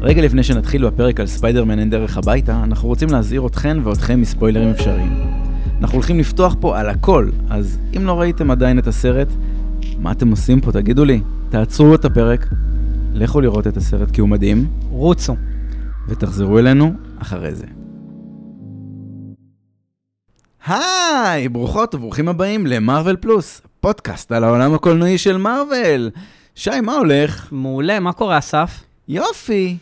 רגע לפני שנתחיל בפרק על ספיידרמן אין דרך הביתה, אנחנו רוצים להזהיר אתכן ואתכם מספוילרים אפשריים. אנחנו הולכים לפתוח פה על הכל, אז אם לא ראיתם עדיין את הסרט, מה אתם עושים פה? תגידו לי. תעצרו את הפרק, לכו לראות את הסרט כי הוא מדהים, רוצו. ותחזרו אלינו אחרי זה. היי, ברוכות וברוכים הבאים למרוויל פלוס, פודקאסט על העולם הקולנועי של מארוול. שי, מה הולך? מעולה, מה קורה אסף? יופי.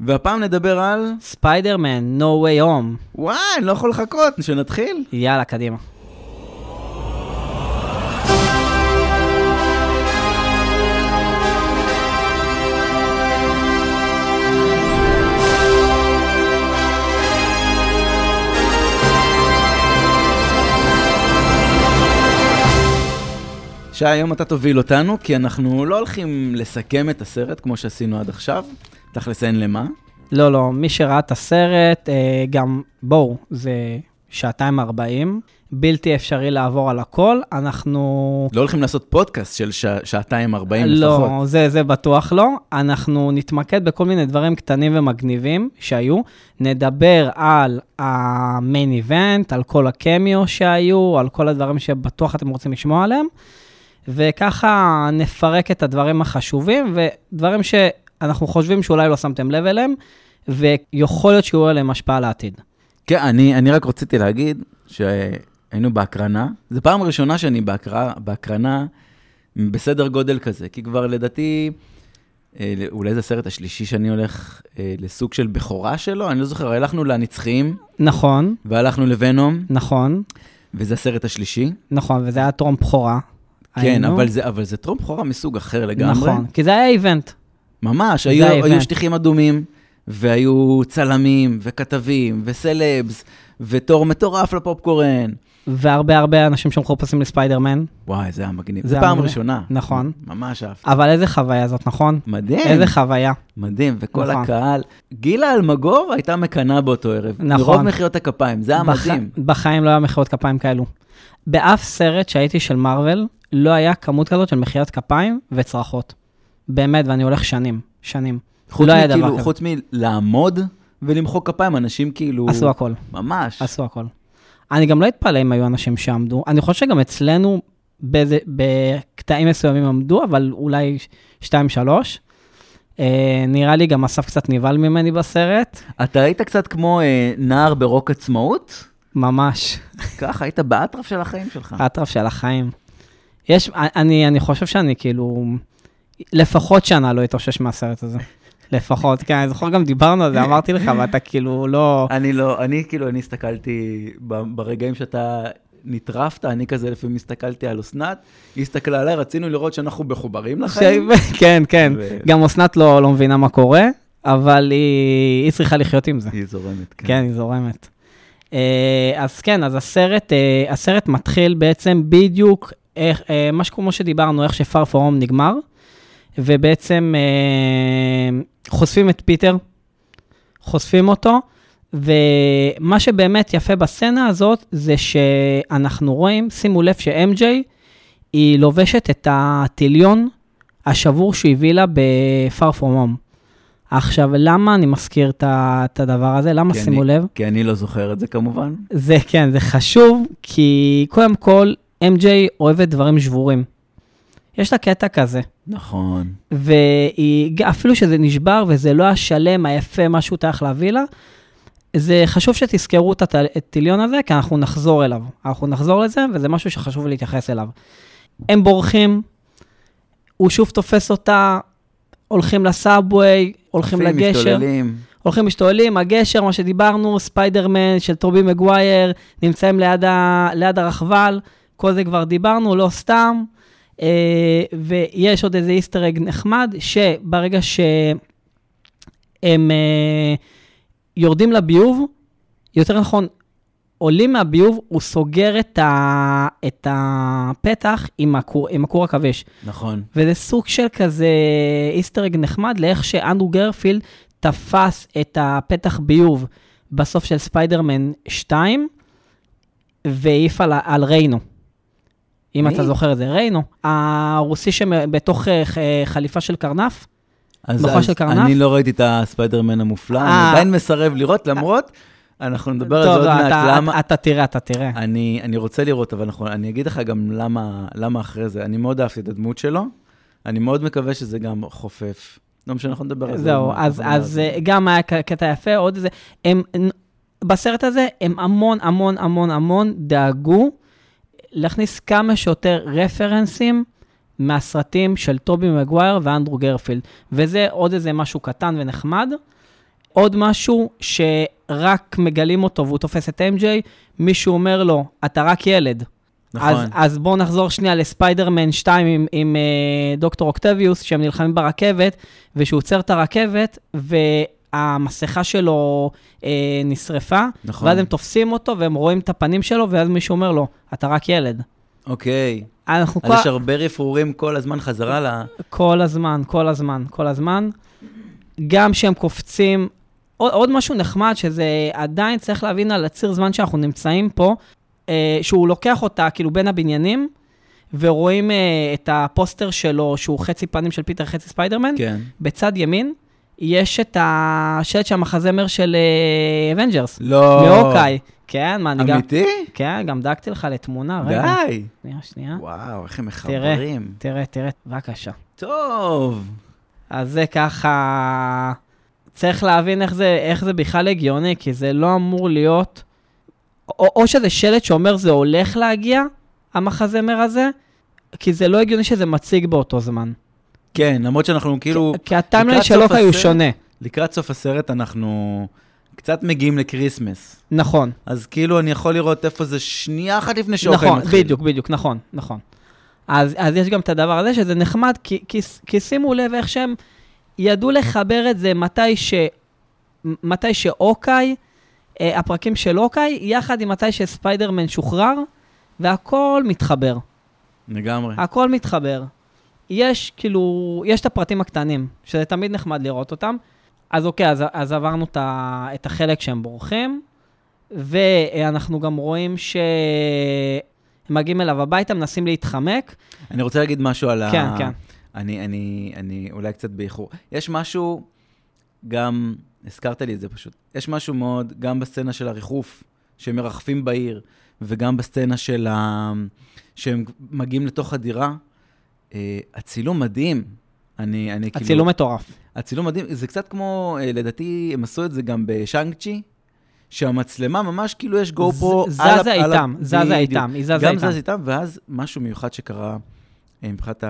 והפעם נדבר על... ספיידרמן, No way home. וואי, אני לא יכול לחכות, שנתחיל. יאללה, קדימה. שי, היום אתה תוביל אותנו, כי אנחנו לא הולכים לסכם את הסרט כמו שעשינו עד עכשיו. תכלס אין למה. לא, לא, מי שראה את הסרט, אה, גם, בואו, זה שעתיים ארבעים, בלתי אפשרי לעבור על הכל, אנחנו... לא הולכים לעשות פודקאסט של שע- שעתיים ארבעים לפחות. לא, זה, זה בטוח לא. אנחנו נתמקד בכל מיני דברים קטנים ומגניבים שהיו. נדבר על המיין איבנט, על כל הקמיו שהיו, על כל הדברים שבטוח אתם רוצים לשמוע עליהם, וככה נפרק את הדברים החשובים ודברים שאנחנו חושבים שאולי לא שמתם לב אליהם, ויכול להיות שיהיו עליהם השפעה לעתיד. כן, אני, אני רק רציתי להגיד שהיינו בהקרנה. זו פעם ראשונה שאני בהקרא, בהקרנה בסדר גודל כזה, כי כבר לדעתי, אה, אולי זה הסרט השלישי שאני הולך אה, לסוג של בכורה שלו, אני לא זוכר, הלכנו לנצחיים נכון, והלכנו לוונום, נכון, וזה הסרט השלישי. נכון, וזה היה טרום בכורה. כן, היינו. אבל זה, אבל זה טרום בכורה מסוג אחר לגמרי. נכון, כי זה היה איבנט. ממש, היו, היו האיבנט. שטיחים אדומים, והיו צלמים, וכתבים, וסלבס, ותור מטורף לפופקורן. והרבה הרבה אנשים שמחופשים לספיידרמן, וואי, זה היה מגניב. זה זו היה פעם מגניב. ראשונה. נכון. ממש אהבתי. אבל איזה חוויה זאת, נכון? מדהים, איזה חוויה. מדהים, וכל נכון. הקהל. גילה אלמגור הייתה מקנאה באותו ערב. נכון. מרוב מחיאות הכפיים, זה היה בח- מדהים. בחיים לא היה מחיאות כפיים כאלו. באף סרט שהייתי של מארוול, לא היה כמות כזאת של מחיאות כפיים וצרחות. באמת, ואני הולך שנים, שנים. חוץ לא היה מכאילו- דבר כזה. חוץ מלעמוד ולמחוא כפיים, אנשים כאילו... עשו הכל, ממש. עשו הכל. אני גם לא אתפלא אם היו אנשים שעמדו. אני חושב שגם אצלנו באיזה- בקטעים מסוימים עמדו, אבל אולי ש- שתיים, שלוש. אה, נראה לי גם אסף קצת נבהל ממני בסרט, אתה היית קצת כמו אה, נער ברוק עצמאות? ממש. ככה, היית באטרף של החיים שלך. האטרף של החיים. יש, אני, אני חושב שאני כאילו, לפחות שנה לא אתאושש מהסרט הזה. לפחות, כן, אני זוכר גם דיברנו על זה, אמרתי לך, ואתה כאילו לא... אני לא, אני כאילו, אני הסתכלתי ב- ברגעים שאתה נטרפת, אני כזה לפעמים הסתכלתי על אסנת, היא הסתכלה עליי, רצינו לראות שאנחנו מחוברים לחיים. ש- כן, כן. ו- גם אסנת לא, לא מבינה מה קורה, אבל היא, היא צריכה לחיות עם זה. היא זורמת, כן. כן, היא זורמת. אה, אז כן, אז הסרט, אה, הסרט מתחיל בעצם בדיוק איך, אה, משהו כמו שדיברנו, איך שפאר פורום נגמר, ובעצם אה, חושפים את פיטר, חושפים אותו, ומה שבאמת יפה בסצנה הזאת זה שאנחנו רואים, שימו לב ש-MJ, היא לובשת את הטיליון השבור שהוא הביא לה בפאר פורום. עכשיו, למה אני מזכיר את ה- את הדבר הזה? למה כי שימו אני- לב? כי אני לא זוכר את זה כמובן. זה כן, זה חשוב, כי קודם כל, MJ אוהבת דברים שבורים. יש לה קטע כזה, נכון. והיא, אפילו שזה נשבר וזה לא השלם, היפה, מה שהוא טרח להביא לה, זה חשוב שתזכרו את הטל- את הטיליון הזה, כי אנחנו נחזור אליו. אנחנו נחזור לזה, וזה משהו שחשוב להתייחס אליו. הם בורחים, הוא שוב תופס אותה, הולכים לסאבווי, הולכים צופים, לגשר. משתוללים. הולכים משתוללים, הגשר, מה שדיברנו, ספיידרמן של טובי מגווייר, נמצאים ליד, ה, ליד הרכבל, כל זה כבר דיברנו, לא סתם. אה, ויש עוד איזה איסטראג נחמד, שברגע שהם אה, יורדים לביוב, יותר נכון, עולים מהביוב, הוא סוגר את, ה, את הפתח עם הכור, עם הכור עכביש. נכון. וזה סוג של כזה איסטראג נחמד לאיך שאנדרו גרפילד תפס את הפתח ביוב בסוף של ספיידרמן 2, והעיף על, ה- על ריינו. אם מי? אתה זוכר את זה, ריינו. הרוסי שבתוך אה, ח- אה, חליפה של קרנף, אז- בחור אז של קרנף? אני לא ראיתי את הספיידרמן המופלא, אה. אני עדיין מסרב לראות, למרות, אנחנו נדבר על זה טוב, עוד לא, מעט, אתה- למה... אתה תראה, אתה תראה. אני, אני רוצה לראות, אבל אנחנו, אני אגיד לך גם למה, למה אחרי זה. אני מאוד אהבתי את הדמות שלו, אני מאוד מקווה שזה גם חופף. לא משנה, אנחנו נדבר על זה. זהו, עוד מעט, אז, אנחנו נדבר על אז זה. אה, גם היה ק- קטע יפה, עוד איזה, הם, בסרט הזה הם המון המון המון המון דאגו להכניס כמה שיותר רפרנסים מהסרטים של טובי מגווייר ואנדרו גרפילד, וזה עוד איזה משהו קטן ונחמד. עוד משהו שרק מגלים אותו והוא תופס את MJ, מישהו אומר לו, אתה רק ילד. נכון. אז, אז בואו נחזור שנייה לספיידרמן 2 עם, עם אה, דוקטור אוקטביוס, שהם נלחמים ברכבת, ושהוא עוצר את הרכבת, והמסכה שלו אה, נשרפה, נכון. ואז הם תופסים אותו, והם רואים את הפנים שלו, ואז מישהו אומר לו, אתה רק ילד. אוקיי. אנחנו אז כל, יש הרבה רפרורים כל הזמן חזרה ל... כל הזמן, כל הזמן, כל הזמן. גם שהם קופצים, עוד, עוד משהו נחמד, שזה עדיין צריך להבין על הציר זמן שאנחנו נמצאים פה, אה, שהוא לוקח אותה כאילו בין הבניינים, ורואים אה, את הפוסטר שלו, שהוא חצי פנים של פיטר, חצי ספיידרמן. כן. בצד ימין יש את השלט של המחזמר של אבנג'רס, לא. מהוקאי. כן, מה, אני גם... אמיתי? כן, גם דאגתי לך לתמונה, רגע. די. שנייה, שנייה. וואו, איך הם תראה. מחברים. תראה, תראה, בבקשה. טוב. אז זה ככה... צריך להבין איך זה, איך זה בכלל הגיוני, כי זה לא אמור להיות... או, או שזה שלט שאומר זה הולך להגיע, המחזמר הזה, כי זה לא הגיוני שזה מציג באותו זמן. כן, למרות שאנחנו כאילו, כי הטיימליין לקראת שלו סוף היו הסרט- שונה. לקראת סוף הסרט אנחנו קצת מגיעים לקריסמס. נכון, אז כאילו, אני יכול לראות איפה זה שנייה אחת לפני שאוכל מתחיל. נכון, בדיוק, בדיוק, נכון, נכון. אז, אז יש גם את הדבר הזה, שזה נחמד, כי, כי, כי שימו לב איך שהם ידעו לחבר את זה מתי, ש, מתי שאוקיי, אה, הפרקים של אוקיי, יחד עם מתי שספיידרמן שוחרר, והכל מתחבר. לגמרי. הכל מתחבר. יש כאילו, יש את הפרטים הקטנים, שזה תמיד נחמד לראות אותם. אז אוקיי, אז, אז עברנו את, ה, את החלק שהם בורחים, ואנחנו גם רואים שהם מגיעים אליו הביתה, מנסים להתחמק. אני רוצה להגיד משהו על ה... כן, כן. אני, אני, אני אולי קצת באיחור. יש משהו, גם, הזכרת לי את זה פשוט, יש משהו מאוד, גם בסצנה של הריחוף, שהם מרחפים בעיר, וגם בסצנה של ה... שהם מגיעים לתוך הדירה, אה, הצילום מדהים. אני, אני כאילו... הצילום מטורף. הצילום מדהים, זה קצת כמו, אה, לדעתי, הם עשו את זה גם בשאנג צ'י, שהמצלמה ממש כאילו יש גו פרו ז- זזה איתם, זזה איתם, היא זזה גם איתם. זז איתם, ואז משהו מיוחד שקרה אה, מבחינת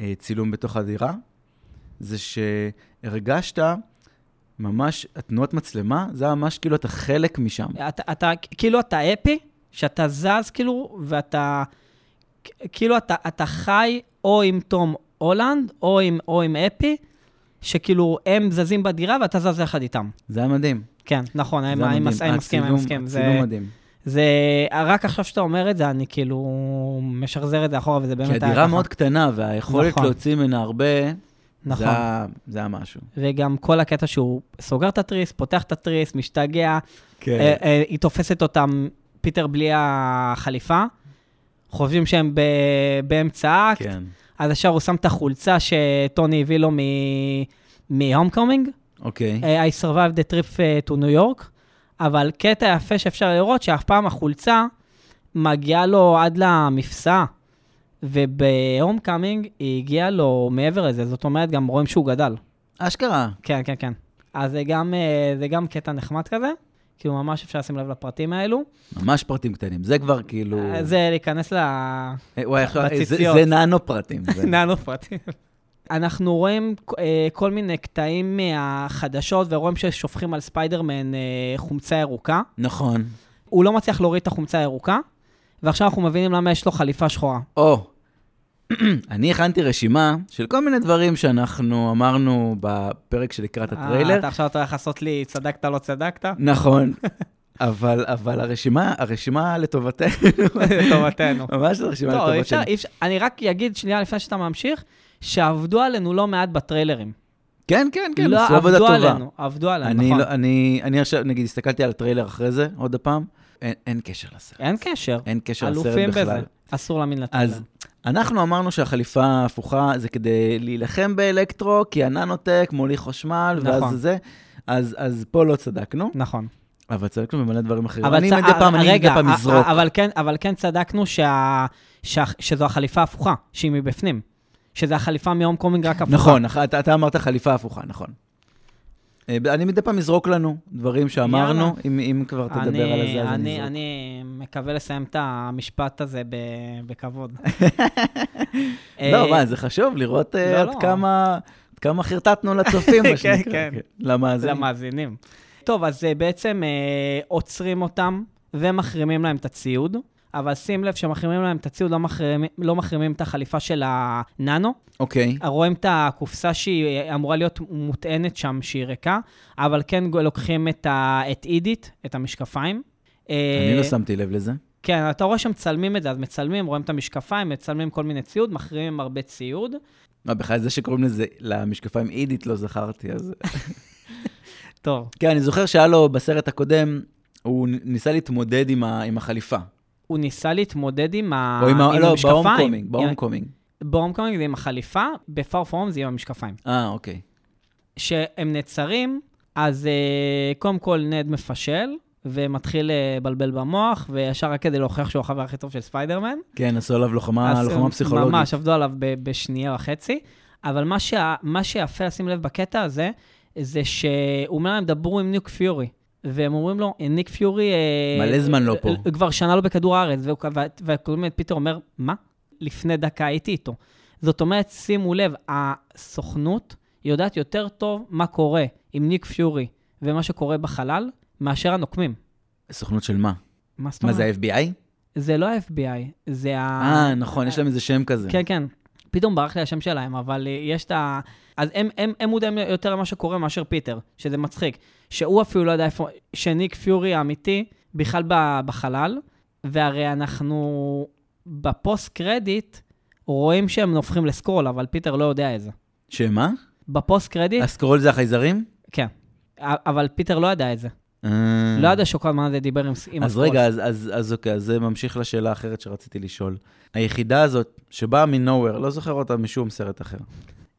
הצילום בתוך הדירה, זה שהרגשת ממש, התנועות מצלמה, זה היה ממש כאילו אתה חלק משם. אתה, אתה, כאילו אתה אפי, שאתה זז כאילו, ואתה, כאילו אתה, אתה חי או עם תום הולנד, או עם, או עם אפי, שכאילו הם זזים בדירה ואתה זז יחד איתם. זה היה מדהים. כן, נכון, אני זה היה מדהים. מסכים, אני מסכים, אני הצילום- מסכים. זה- הצילום מדהים. זה, רק עכשיו שאתה אומר את זה, אני כאילו משחזר את זה אחורה, וזה באמת כי היה הדירה ככה. מאוד קטנה, והיכולת נכון. להוציא ממנה הרבה, נכון. זה היה- זה היה משהו. וגם כל הקטע שהוא סוגר את התריס, פותח את התריס, משתגע, כן. אה, אה, היא תופסת אותם, פיטר בלי החליפה, חושבים שהם ב- באמצע אקט, כן. אז ישר הוא שם את החולצה שטוני הביא לו מהום קומינג, אוקיי. I survived the trip אה, to New York, אבל קטע יפה שאפשר לראות, שאף פעם החולצה מגיעה לו עד למפסע, ובהום קאמינג היא הגיעה לו מעבר לזה, זאת אומרת, גם רואים שהוא גדל. אשכרה. כן, כן, כן. אז זה גם, אה, זה גם קטע נחמד כזה, כאילו ממש אפשר לשים לב לפרטים האלו. ממש פרטים קטנים, זה כבר כאילו... אה, זה להיכנס אה, וואי, איך- אה, זה- בציציות. זה ננו פרטים. זה- לננו פרטים. אנחנו רואים אה, כל מיני קטעים מהחדשות, ורואים ששופכים על ספיידרמן אה, חומצה ירוקה. נכון. הוא לא מצליח להוריד את החומצה הירוקה, ועכשיו אנחנו מבינים למה יש לו חליפה שחורה. או, אני הכנתי רשימה של כל מיני דברים שאנחנו אמרנו בפרק שלקראת אה, הטריילר. אתה עכשיו אתה הולך לעשות לי צדקת, לא צדקת? נכון. אבל, אבל הרשימה, הרשימה לטובתנו, לטובתנו. ממש הרשימה לא, אי אפשר, לטובתנו. אי אפשר, אני רק אגיד שנייה לפני שאתה ממשיך, שעבדו עלינו לא מעט בטריילרים. כן, כן, כן, לא, עשו עבודה עבדו טובה. עלינו, עבדו עלינו, אני נכון. לא- אני- אני עכשיו, נגיד, הסתכלתי על הטריילר אחרי זה, עוד הפעם, אין- אין קשר לסרט. אין קשר. אין קשר לסרט אלופים בכלל. בזה. אסור להאמין לטריילר. אז, אנחנו אמרנו שהחליפה ההפוכה זה כדי להילחם באלקטרו, כי הננוטק מוליך חשמל, נכון. ואז זה. אז, אז פה לא צדקנו, נכון. אבל צדקנו במלא דברים אחרים. אבל אני צ- אה, מדי פעם, אני מדי רגע, פעם א- אזרוק. א- אבל כן- אבל כן צדקנו שה- שה- שזו החליפה ההפוכה, שהיא מבפנים. שזה החליפה מהום קומינג רק הפוכה. נכון, אח- אתה, אתה אמרת חליפה הפוכה, נכון. אה, ב- אני מדי פעם אזרוק לנו דברים שאמרנו, יאללה. אם, אם כבר תדבר אני- לא על זה, אז אני, אני- אזרוק. אני מקווה לסיים את המשפט הזה ב- בכבוד. לא, מה, זה חשוב לראות אה, אה, לא, עד לא. כמה... עד כמה חרטטנו לצופים, מה כן, שנקרא. אוקיי. כן. למאזינים. למאזינים. טוב, אז אה, בעצם אה, עוצרים אותם ומחרימים להם את הציוד, אבל שים לב שמחרימים להם את הציוד, לא מחרימים, לא מחרימים את החליפה של הננו. אוקיי. רואים את הקופסה שהיא אה, אמורה להיות מוטענת שם, שהיא ריקה, אבל כן גו- לוקחים את, ה, את אידית, את המשקפיים. אה, אני לא שמתי לב לזה. כן, אתה רואה שמצלמים את זה, אז מצלמים, רואים את המשקפיים, מצלמים כל מיני ציוד, מחרימים הרבה ציוד. מה, בכלל זה שקוראים לזה, למשקפיים אידית לא זכרתי, אז... טוב. כן, אני זוכר שהיה לו בסרט הקודם, הוא נ- ניסה להתמודד עם ה- עם החליפה. הוא ניסה להתמודד עם, ה... או עם ה... אה, עם לא, המשקפיים. בהומקומינג, עם- בהומקומינג. בהומקומינג זה עם החליפה, בפאר פורום זה עם המשקפיים. אה, אוקיי. כשהם נעצרים, אז uh, קודם כל נד מפשל, ומתחיל אה, לבלבל במוח, וישר רק כדי להוכיח שהוא החבר הכי טוב של ספיידרמן. כן, עשו עליו לוחמה, אז לוחמה הם פסיכולוגית. ממש, עבדו עליו ב- בשנייה וחצי. אבל מה, שה, מה שיפה לשים לב בקטע הזה, זה שהוא אומר להם, דברו עם ניק פיורי. והם אומרים לו, ניק פיורי... אה, מלא זמן לא פה." אה, כבר שנה לא בכדור הארץ, והוא- וה- והקודם באמת פיטר אומר, מה? לפני דקה הייתי איתו. זאת אומרת, שימו לב, הסוכנות יודעת יותר טוב מה קורה עם ניק פיורי ומה שקורה בחלל, מאשר הנוקמים. סוכנות של מה? מה זאת מה אומרת? זה, ה-FBI? זה לא ה-FBI, זה ה... אה, נכון, יש להם איזה שם כזה. כן, כן. פתאום ברח לי השם שלהם, אבל אה, יש את ה... אז הם, הם, הם מודעים יותר למה שקורה מאשר פיטר, שזה מצחיק. שהוא אפילו לא יודע איפה... שניק פיורי האמיתי בכלל ב- בחלל, והרי אנחנו בפוסט קרדיט רואים שהם הופכים לסקרול, אבל פיטר לא יודע את זה. שמה? בפוסט קרדיט, הסקרול זה החייזרים? כן. א- אבל פיטר לא ידע את זה. אה. לא ידע שכל הזמן הזה דיבר עם, ס- עם אז הסקרול. רגע, אז- אז אז אוקיי, אז זה ממשיך לשאלה האחרת שרציתי לשאול. היחידה הזאת, שבאה מנוהוור, לא זוכר אותה משום סרט אחר,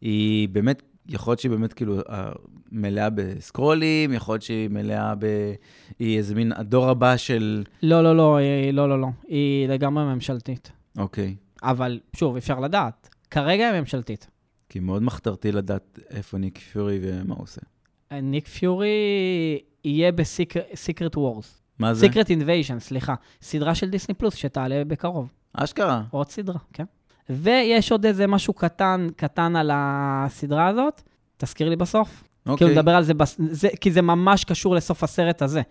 היא באמת, יכול להיות שהיא באמת כאילו אה, מלאה בסקרולים, יכול להיות שהיא מלאה ב... היא איזה מין הדור הבא של... לא, לא, לא, היא- לא, לא, לא. היא לגמרי ממשלתית. אוקיי. אבל שוב, אפשר לדעת. כרגע היא ממשלתית. כי מאוד מחתרתי לדעת איפה ניק פיורי ומה הוא עושה. ניק פיורי יהיה בסיקרט וורס. מה זה? סיקרט אינביישן, סליחה. סדרה של דיסני פלוס שתעלה בקרוב. אשכרה. עוד סדרה, כן. ויש עוד איזה משהו קטן, קטן על הסדרה הזאת. תזכיר לי בסוף. אוקיי. כאילו נדבר על זה, בס... זה, כי זה ממש קשור לסוף הסרט הזה.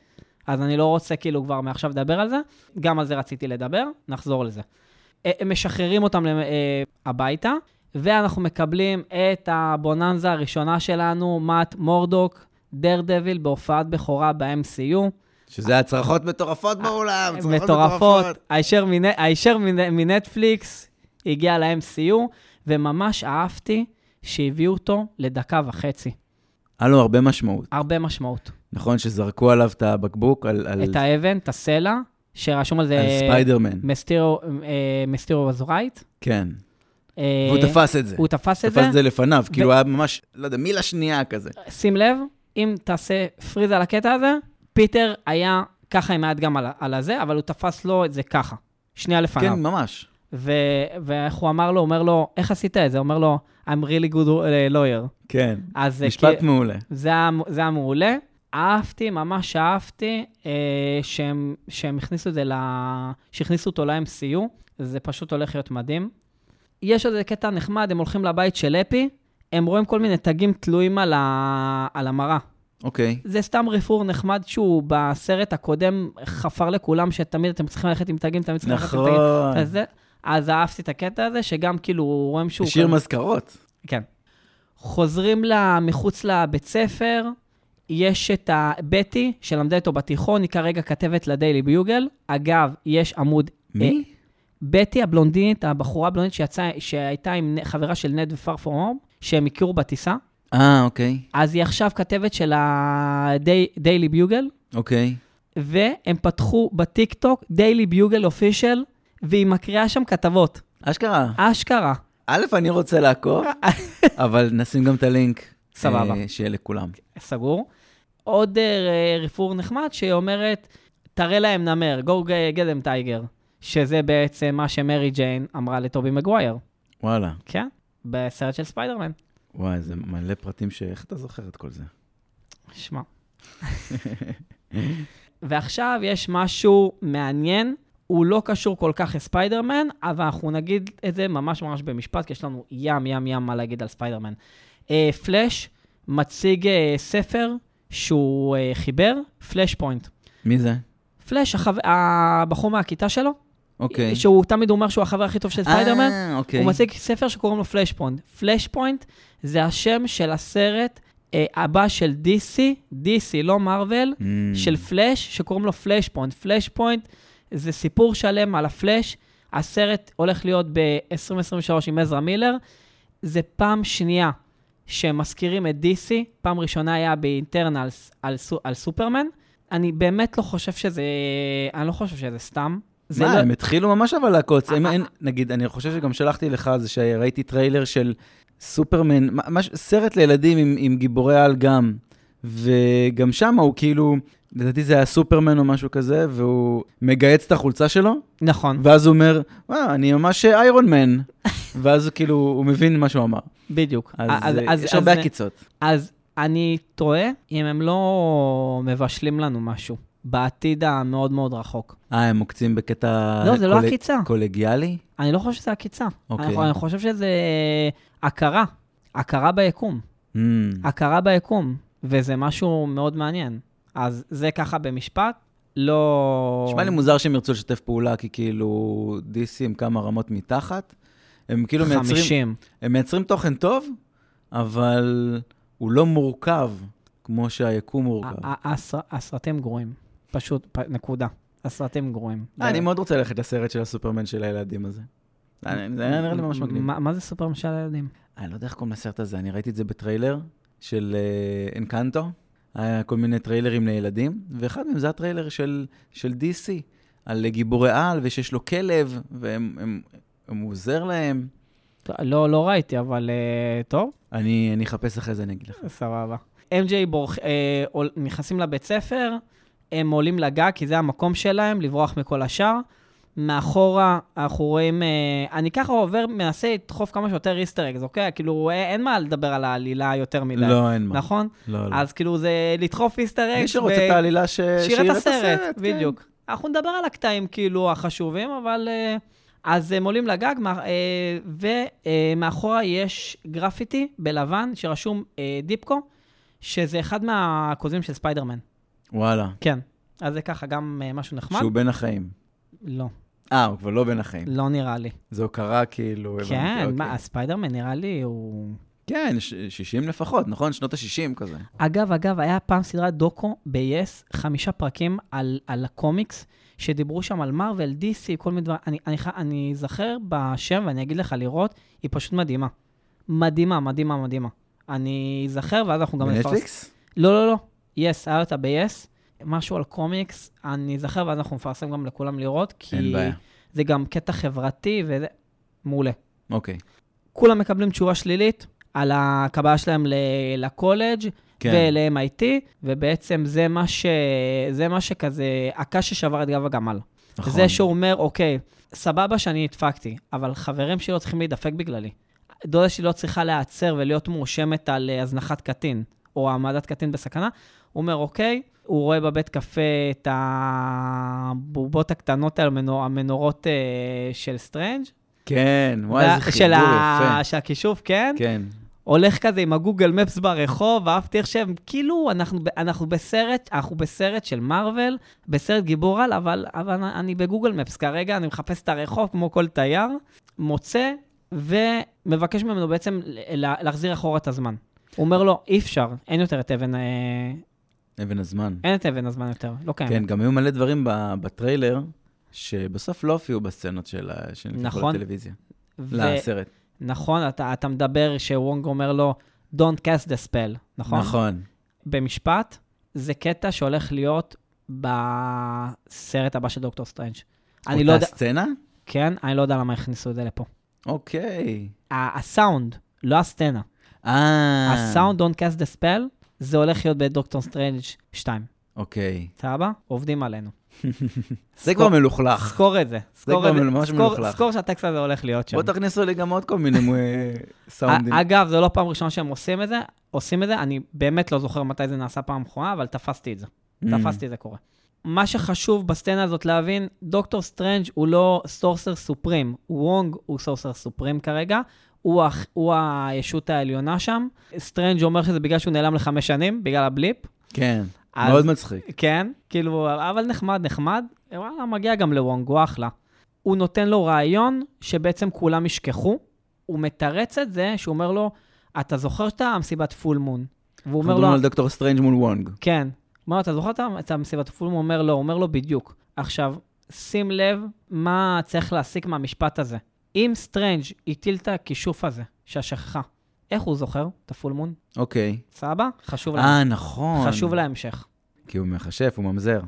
אז אני לא רוצה כאילו כבר מעכשיו לדבר על זה. גם על זה רציתי לדבר, נחזור לזה. אה, הם משחררים אותם למ- אה, הביתה, ואנחנו מקבלים את הבוננזה הראשונה שלנו, מאט מורדוק, דר דביל, בהופעת בכורה ב-MCU. שזה הצרחות מטורפות באולם, צרחות מטורפות. הישר מנ- הישר מנ- מנטפליקס הגיע ל-MCU, וממש אהבתי שהביאו אותו לדקה וחצי. היה לו הרבה משמעות. הרבה משמעות. נכון שזרקו עליו את הבקבוק, על על- את אה, האבן, את הסלע, שרשום על זה... אה, על ספיידרמן. מסטירו was right. כן. אה, והוא תפס את זה. הוא תפס תפס את את זה. אה, זה לפניו, כאילו היה ממש, לא יודע, מילה שנייה כזה. שים לב, אם תעשה פריז על הקטע הזה, פיטר היה ככה עם היד גם על ה- על הזה, אבל הוא תפס לו את זה ככה. שנייה כן, לפניו. ממש. ו- ואיך הוא אמר לו, הוא אומר לו, איך עשית את זה? הוא אומר לו, I'm really good אה, lawyer. כן. אז זה משפט כי- מעולה. זה היה- זה היה מעולה. אהבתי, ממש אהבתי, אה, שהם, שהם הכניסו את זה ל... שהכניסו אותו ל-MCU, זה פשוט הולך להיות מדהים. יש עוד קטע נחמד, הם הולכים לבית של אפי, הם רואים כל מיני תגים תלויים על, ה... על המראה. אוקיי. זה סתם רפרור נחמד שהוא בסרט הקודם חפר לכולם, שתמיד אתם צריכים ללכת עם תגים, תמיד צריכים ללכת עם תגים. נכון. אז, זה- אז אהבתי את הקטע הזה, שגם כאילו רואים שהוא... שיר כזה- מזכרות. כן. חוזרים לה, מחוץ לבית ספר, יש את ה... בטי, שלמדה איתו בתיכון, היא כרגע כתבת לדיילי ביוגל. אגב, יש עמוד... מי? אה, בטי הבלונדינית, הבחורה הבלונדינית שיצאה, שהייתה עם נ- חברה של נד ופאר פור הום, שהם הכירו בטיסה. אה, אוקיי. אז היא עכשיו כתבת של הדיילי ביוגל, אוקיי. והם פתחו בטיקטוק דיילי ביוגל אופישל, והיא מקריאה שם כתבות. אשכרה. אה. אשכרה. א', אני רוצה לעקוב, אבל נשים גם את הלינק. אה. סבבה. אה, שיהיה לכולם. סגור. עוד אה, רפרור נחמד שאומרת, תראה להם נמר, go get them tiger, שזה בעצם מה שמרי ג'יין אמרה לטובי מגווייר, וואלה. כן? בסרט של ספיידרמן. וואי, זה מלא פרטים ש... איך אתה זוכר את כל זה? שמע. ועכשיו יש משהו מעניין, הוא לא קשור כל כך לספיידרמן, אבל אנחנו נגיד את זה ממש ממש במשפט, כי יש לנו ים ים ים מה להגיד על ספיידרמן. אה, פלאש מציג אה, ספר שהוא אה, חיבר, פלאש פוינט. מי זה? פלאש, החו... הבחור מהכיתה שלו, אוקיי. אה, שהוא תמיד אומר שהוא החבר הכי טוב של ספיידרמן, אה, אוקיי. הוא מציג ספר שקוראים לו פלאש פוינט. פלאש פוינט זה השם של הסרט אה, הבא של DC, DC, לא מארוול, Mm. של פלאש, שקוראים לו פלאש פוינט. פלאש פוינט זה סיפור שלם על הפלאש. הסרט הולך להיות ב-2023 עם עזרא מילר. זה פעם שנייה שמזכירים את DC, פעם ראשונה היה באינטרנלס על, סו- על סופרמן. אני באמת לא חושב שזה, אני לא חושב שזה סתם. זה מה, לא... הם התחילו ממש אבל לעקוץ. הם- אה, אין- נגיד, אני חושב שגם שלחתי לך, זה שראיתי טריילר של סופרמן, מה- מה ש- סרט לילדים עם- עם גיבורי על גם. וגם שם הוא כאילו, לדעתי זה היה סופרמן או משהו כזה, והוא מגהץ את החולצה שלו, נכון, ואז הוא אומר, וואה, אני ממש איירון מן. ואז הוא כאילו, הוא מבין מה שהוא אמר. בדיוק. אז, אז- אה, אז- יש אז- הרבה עקיצות. אז אני תוהה אם הם לא מבשלים לנו משהו בעתיד המאוד מאוד רחוק. אה, הם עוקצים בקטע לא, זה לא קולג- עקיצה. קולגיאלי? אני לא חושב שזה עקיצה. אוקיי. אני, חו- אני חושב שזה הכרה, הכרה ביקום, Mm. הכרה ביקום, וזה משהו מאוד מעניין. אז זה ככה במשפט, לא... נשמע לי מוזר שהם ירצו לשתף פעולה, כי כאילו DC הם כמה רמות מתחת. הם כאילו מייצרים, 50. הם מייצרים תוכן טוב, אבל הוא לא מורכב כמו שהיקום מורכב. ה- ה- הסר- הסרטים גרועים, פשוט, פ- נקודה. הסרטים גרועים. אה, אני מאוד רוצה ללכת לסרט של הסופרמן של הילדים הזה. אני- זה היה נראה לי ממש מגניב. מה מה זה סופר משל הילדים? אני לא יודע איך קוראים לסרט הזה, אני ראיתי את זה בטריילר של אה, אנקנטו. היה כל מיני טריילרים לילדים, ואחד מהם זה הטריילר של, של DC, על גיבורי על, ושיש לו כלב, והם, הם, הם, הוא עוזר להם. טוב, לא, לא ראיתי, אבל אה, טוב. אני, אני אחפש אחרי זה, אני אגיד לך. סבבה. MJ בורח... אה, עול- נכנסים לבית ספר, הם עולים לגג, כי זה המקום שלהם, לברוח מכל השאר. מאחורה אנחנו רואים... אה, אני ככה עובר, מנסה לדחוף כמה שיותר איסטר אגז, אוקיי? כאילו, אה, אין מה לדבר על העלילה יותר מדי. לא, אין מה. נכון? לא, לא. אז כאילו זה לדחוף איסטר אגז. מי שרוצה את העלילה, ש... שיראה את כן. הסרט, בדיוק. אנחנו נדבר על הקטעים כאילו החשובים, אבל... אה, אז הם עולים לגג, אה, ומאחורה יש גרפיטי בלבן שרשום אה, דיפקו, שזה אחד מהכוזבים של ספיידרמן. וואלה, כן. אז זה ככה גם אה, משהו נחמד? שהוא בין החיים. לא, אה, הוא כבר לא בין החיים. לא נראה לי. זה הוקרה כאילו... הבנתי, כן, אוקיי. מה, ספיידרמן נראה לי הוא... כן, ש- 60 לפחות, נכון? שנות ה-60 כזה. אגב, אגב, היה פעם סדרת דוקו ב-yes, חמישה פרקים על, על הקומיקס, שדיברו שם על מרוויל, DC, כל מיני דברים. אני, אני, ח- אני אזכר בשם ואני אגיד לך לראות, היא פשוט מדהימה. מדהימה, מדהימה, מדהימה. אני אזכר ואז אנחנו גם בנטפליקס? לא, לא, לא. יס, היה אותה ב-yes, משהו על קומיקס, אני אזכר ואז אנחנו נפרסם גם לכולם לראות, אין כי בעיה. זה גם קטע חברתי וזה... מעולה. אוקיי. כולם מקבלים תשובה שלילית על הקבלה שלהם ל- לקולג' כן. ול-MIT, ובעצם זה מה, ש... זה מה שכזה, הקש ששבר את גב הגמל. נכון. זה שהוא אומר, אוקיי, סבבה שאני הדפקתי, אבל חברים שלי לא צריכים להידפק בגללי. דודה שלי לא צריכה להיעצר ולהיות מואשמת על אה, הזנחת קטין, או העמדת קטין בסכנה. הוא אומר, אוקיי, הוא רואה בבית קפה את הבובות הקטנות האלה, המנור- המנורות אה, של סטרנג'. כן, וואי, איזה וה- חיבור של ה- יפה. של הכישוף, כן? כן. הולך כזה עם הגוגל מפס ברחוב, ואהבתי עכשיו, כאילו, אנחנו, ב- אנחנו בסרט, אנחנו בסרט של מארוול, בסרט גיבור על, אבל, אבל אני בגוגל מפס כרגע, אני מחפש את הרחוב כמו כל תייר, מוצא, ומבקש ממנו בעצם ל- לה- להחזיר אחורה את הזמן. הוא אומר לו, אי אפשר, אין יותר את אבן, אה, אבן הזמן. אין את אבן הזמן יותר, לא קיים. כן, גם היו מלא דברים ב- בטריילר, שבסוף לא הופיעו בסצנות של ה- שנלקחו נכון. לטלוויזיה. ו- לסרט. נכון, אתה, אתה מדבר שוונג אומר לו, Don't cast the spell, נכון? נכון. במשפט, זה קטע שהולך להיות בסרט הבא של דוקטור סטרנג'. אני לא אותה יודע... סצנה? כן, אני לא יודע למה הכניסו את זה לפה. אוקיי. ה- הסאונד, לא הסצנה. אה. הסאונד Don't Cast the Spell, זה הולך להיות בדוקטור סטרנג' 2. אוקיי. סבבה? עובדים עלינו. זה כבר מלוכלך. סקור את זה. סקור אה. כבר את זה. ממש סקור- מלוכלך. סקור שהטקסט הזה הולך להיות שם. בוא תכניסו לי גם עוד כל מיני אה, סאונדים. א- אגב, זו לא פעם ראשונה שהם עושים את זה, עושים את זה, אני באמת לא זוכר מתי זה נעשה פעם אחרונה, אבל תפסתי את זה. Mm. תפסתי את זה קורה. מה שחשוב בסצנה הזאת להבין, דוקטור סטרנג' הוא לא סורסר סופרים, וונג הוא סורסר סופרים כרגע, הוא, ה- הוא הישות העליונה שם. סטרנג' אומר שזה בגלל שהוא נעלם לחמש שנים, בגלל הבליפ. כן, אז- מאוד מצחיק. כן, כאילו, אבל נחמד, נחמד. וואלה, מגיע גם לוונג, הוא אחלה. הוא נותן לו רעיון שבעצם כולם ישכחו. הוא מתרץ את זה שהוא אומר לו, אתה זוכר את המסיבת פול מון? והוא אנחנו אומר מדברים לו, על דוקטור סטרנג' מול וונג. כן. אומר, לו, אתה זוכר את ה- את המסיבת פול מון? הוא אומר לו, הוא אומר לו, בדיוק. עכשיו, שים לב מה צריך להסיק מהמשפט הזה. אם סטרנג' הטיל את הכישוף הזה, שהשכחה, איך הוא זוכר את הפול מון? אוקיי. סבבה? חשוב, לה... אה, נכון. חשוב להמשך. כי הוא מכשף, הוא ממזר.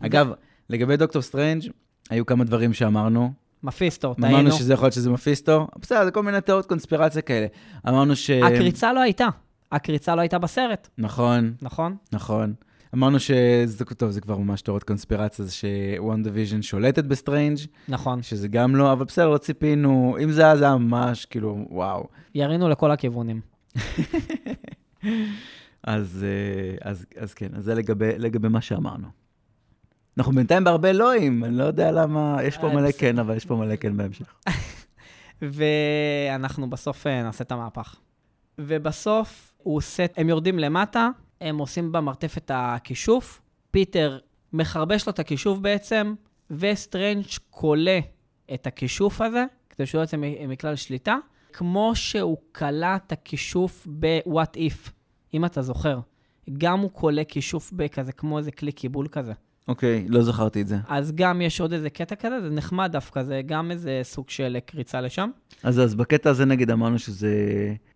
אגב, לגבי דוקטור סטרנג', היו כמה דברים שאמרנו. מפיסטו, טעינו. אמרנו שזה יכול להיות שזה מפיסטו. בסדר, זה כל מיני תיאוריות קונספירציה כאלה. אמרנו ש... הקריצה לא הייתה. הקריצה לא הייתה בסרט, נכון, נכון? נכון. אמרנו שזה, טוב, זה כבר ממש תיאוריות קונספירציה, זה שוואן דיוויז'ן שולטת בסטרנג', נכון. שזה גם לא, אבל בסדר, לא ציפינו. אם זה היה, זה היה ממש, כאילו, וואו. ירינו לכל הכיוונים. אז, אה, אז, אז כן, אז זה לגבי, לגבי מה שאמרנו. אנחנו בינתיים בהרבה אלוהים, אני לא יודע למה, יש פה אה, מלא בסדר. כן, אבל יש פה מלא כן בהמשך. ואנחנו בסוף אה, נעשה את המהפך. ובסוף הוא עושה, הם יורדים למטה, הם עושים במרתף את הכישוף, פיטר מחרבש לו את הכישוף בעצם, וסטרנג' כולה את הכישוף הזה, כדי שהוא יוצא מ- מכלל שליטה, כמו שהוא כלה את הכישוף ב-What If, אם אתה זוכר. גם הוא כולה כישוף בכזה, כמו איזה כלי קיבול כזה. אוקיי, לא זכרתי את זה. אז גם יש עוד איזה קטע כזה, זה נחמד דווקא, זה גם איזה סוג של קריצה לשם. אז, אז בקטע הזה נגיד אמרנו שזה,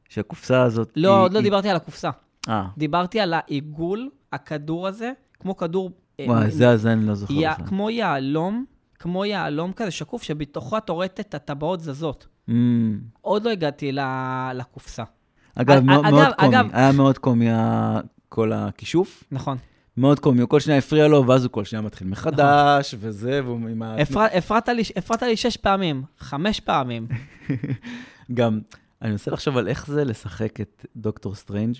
שהקופסה הזאת... לא, עוד לא דיברתי על הקופסה. אה, דיברתי על העיגול, הכדור הזה, כמו כדור... אה, וואי, מ- זה הזה אני לא זוכר יא- בכלל. כמו יהלום, כמו יהלום כזה שקוף, שבתוכו את הורדת הטבעות זזות. אמ, עוד לא הגעתי ל- לקופסה. אגב, אג- מאוד מאוד אה, אגב, קומי. אגב- היה מאוד קומי ה- כל הכישוף. נכון. מאוד קומי, הוא כל שניה הפריע לו, ואז הוא כל שניה מתחיל מחדש, וזה, והוא עם ה... הפר- הפרעת לי- הפרעת לי שש פעמים, חמש פעמים. גם, אני מנסה לחשוב על איך זה לשחק את דוקטור סטרנג',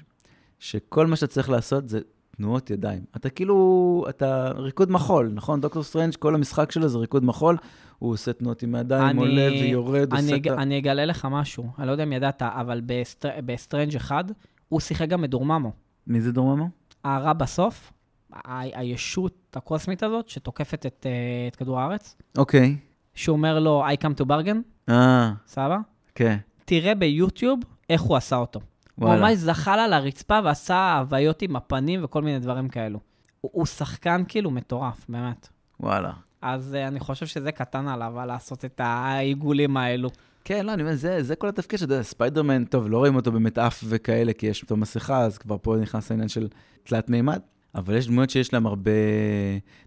שכל מה שאתה צריך לעשות זה תנועות ידיים. אתה כאילו, אתה ריקוד מחול, נכון? דוקטור סטרנג', כל המשחק שלו זה ריקוד מחול, הוא עושה תנועות עם הידיים, אני- עולה ויורד, עושה אני את אג- ה... אני אגלה לך משהו, אני לא יודע אם ידעת, אבל בסטר- בסטרנג' אחד, הוא שיחק גם את דורממו. מי זה דורממו? הרע בסוף, ה- הישות הקוסמית הזאת שתוקפת את, אה, את כדור הארץ, אוקיי. שהוא אומר לו, I come to bargain, אה, סבבה? כן, תראה ביוטיוב איך הוא עשה אותו. הוא וואלה. ממש זחל על הרצפה ועשה הוויות עם הפנים וכל מיני דברים כאלו. הוא, הוא שחקן כאילו מטורף, באמת. וואלה. אז אה, אני חושב שזה קטן עליו, על לעשות את העיגולים האלו. כן, לא, אני אומר, זה, זה כל התפקיד שאתה יודע, ספיידרמן, טוב, לא רואים אותו באמת עף וכאלה, כי יש אותו מסכה, אז כבר פה נכנס העניין של תלת מימד, אבל יש דמויות שיש להם הרבה,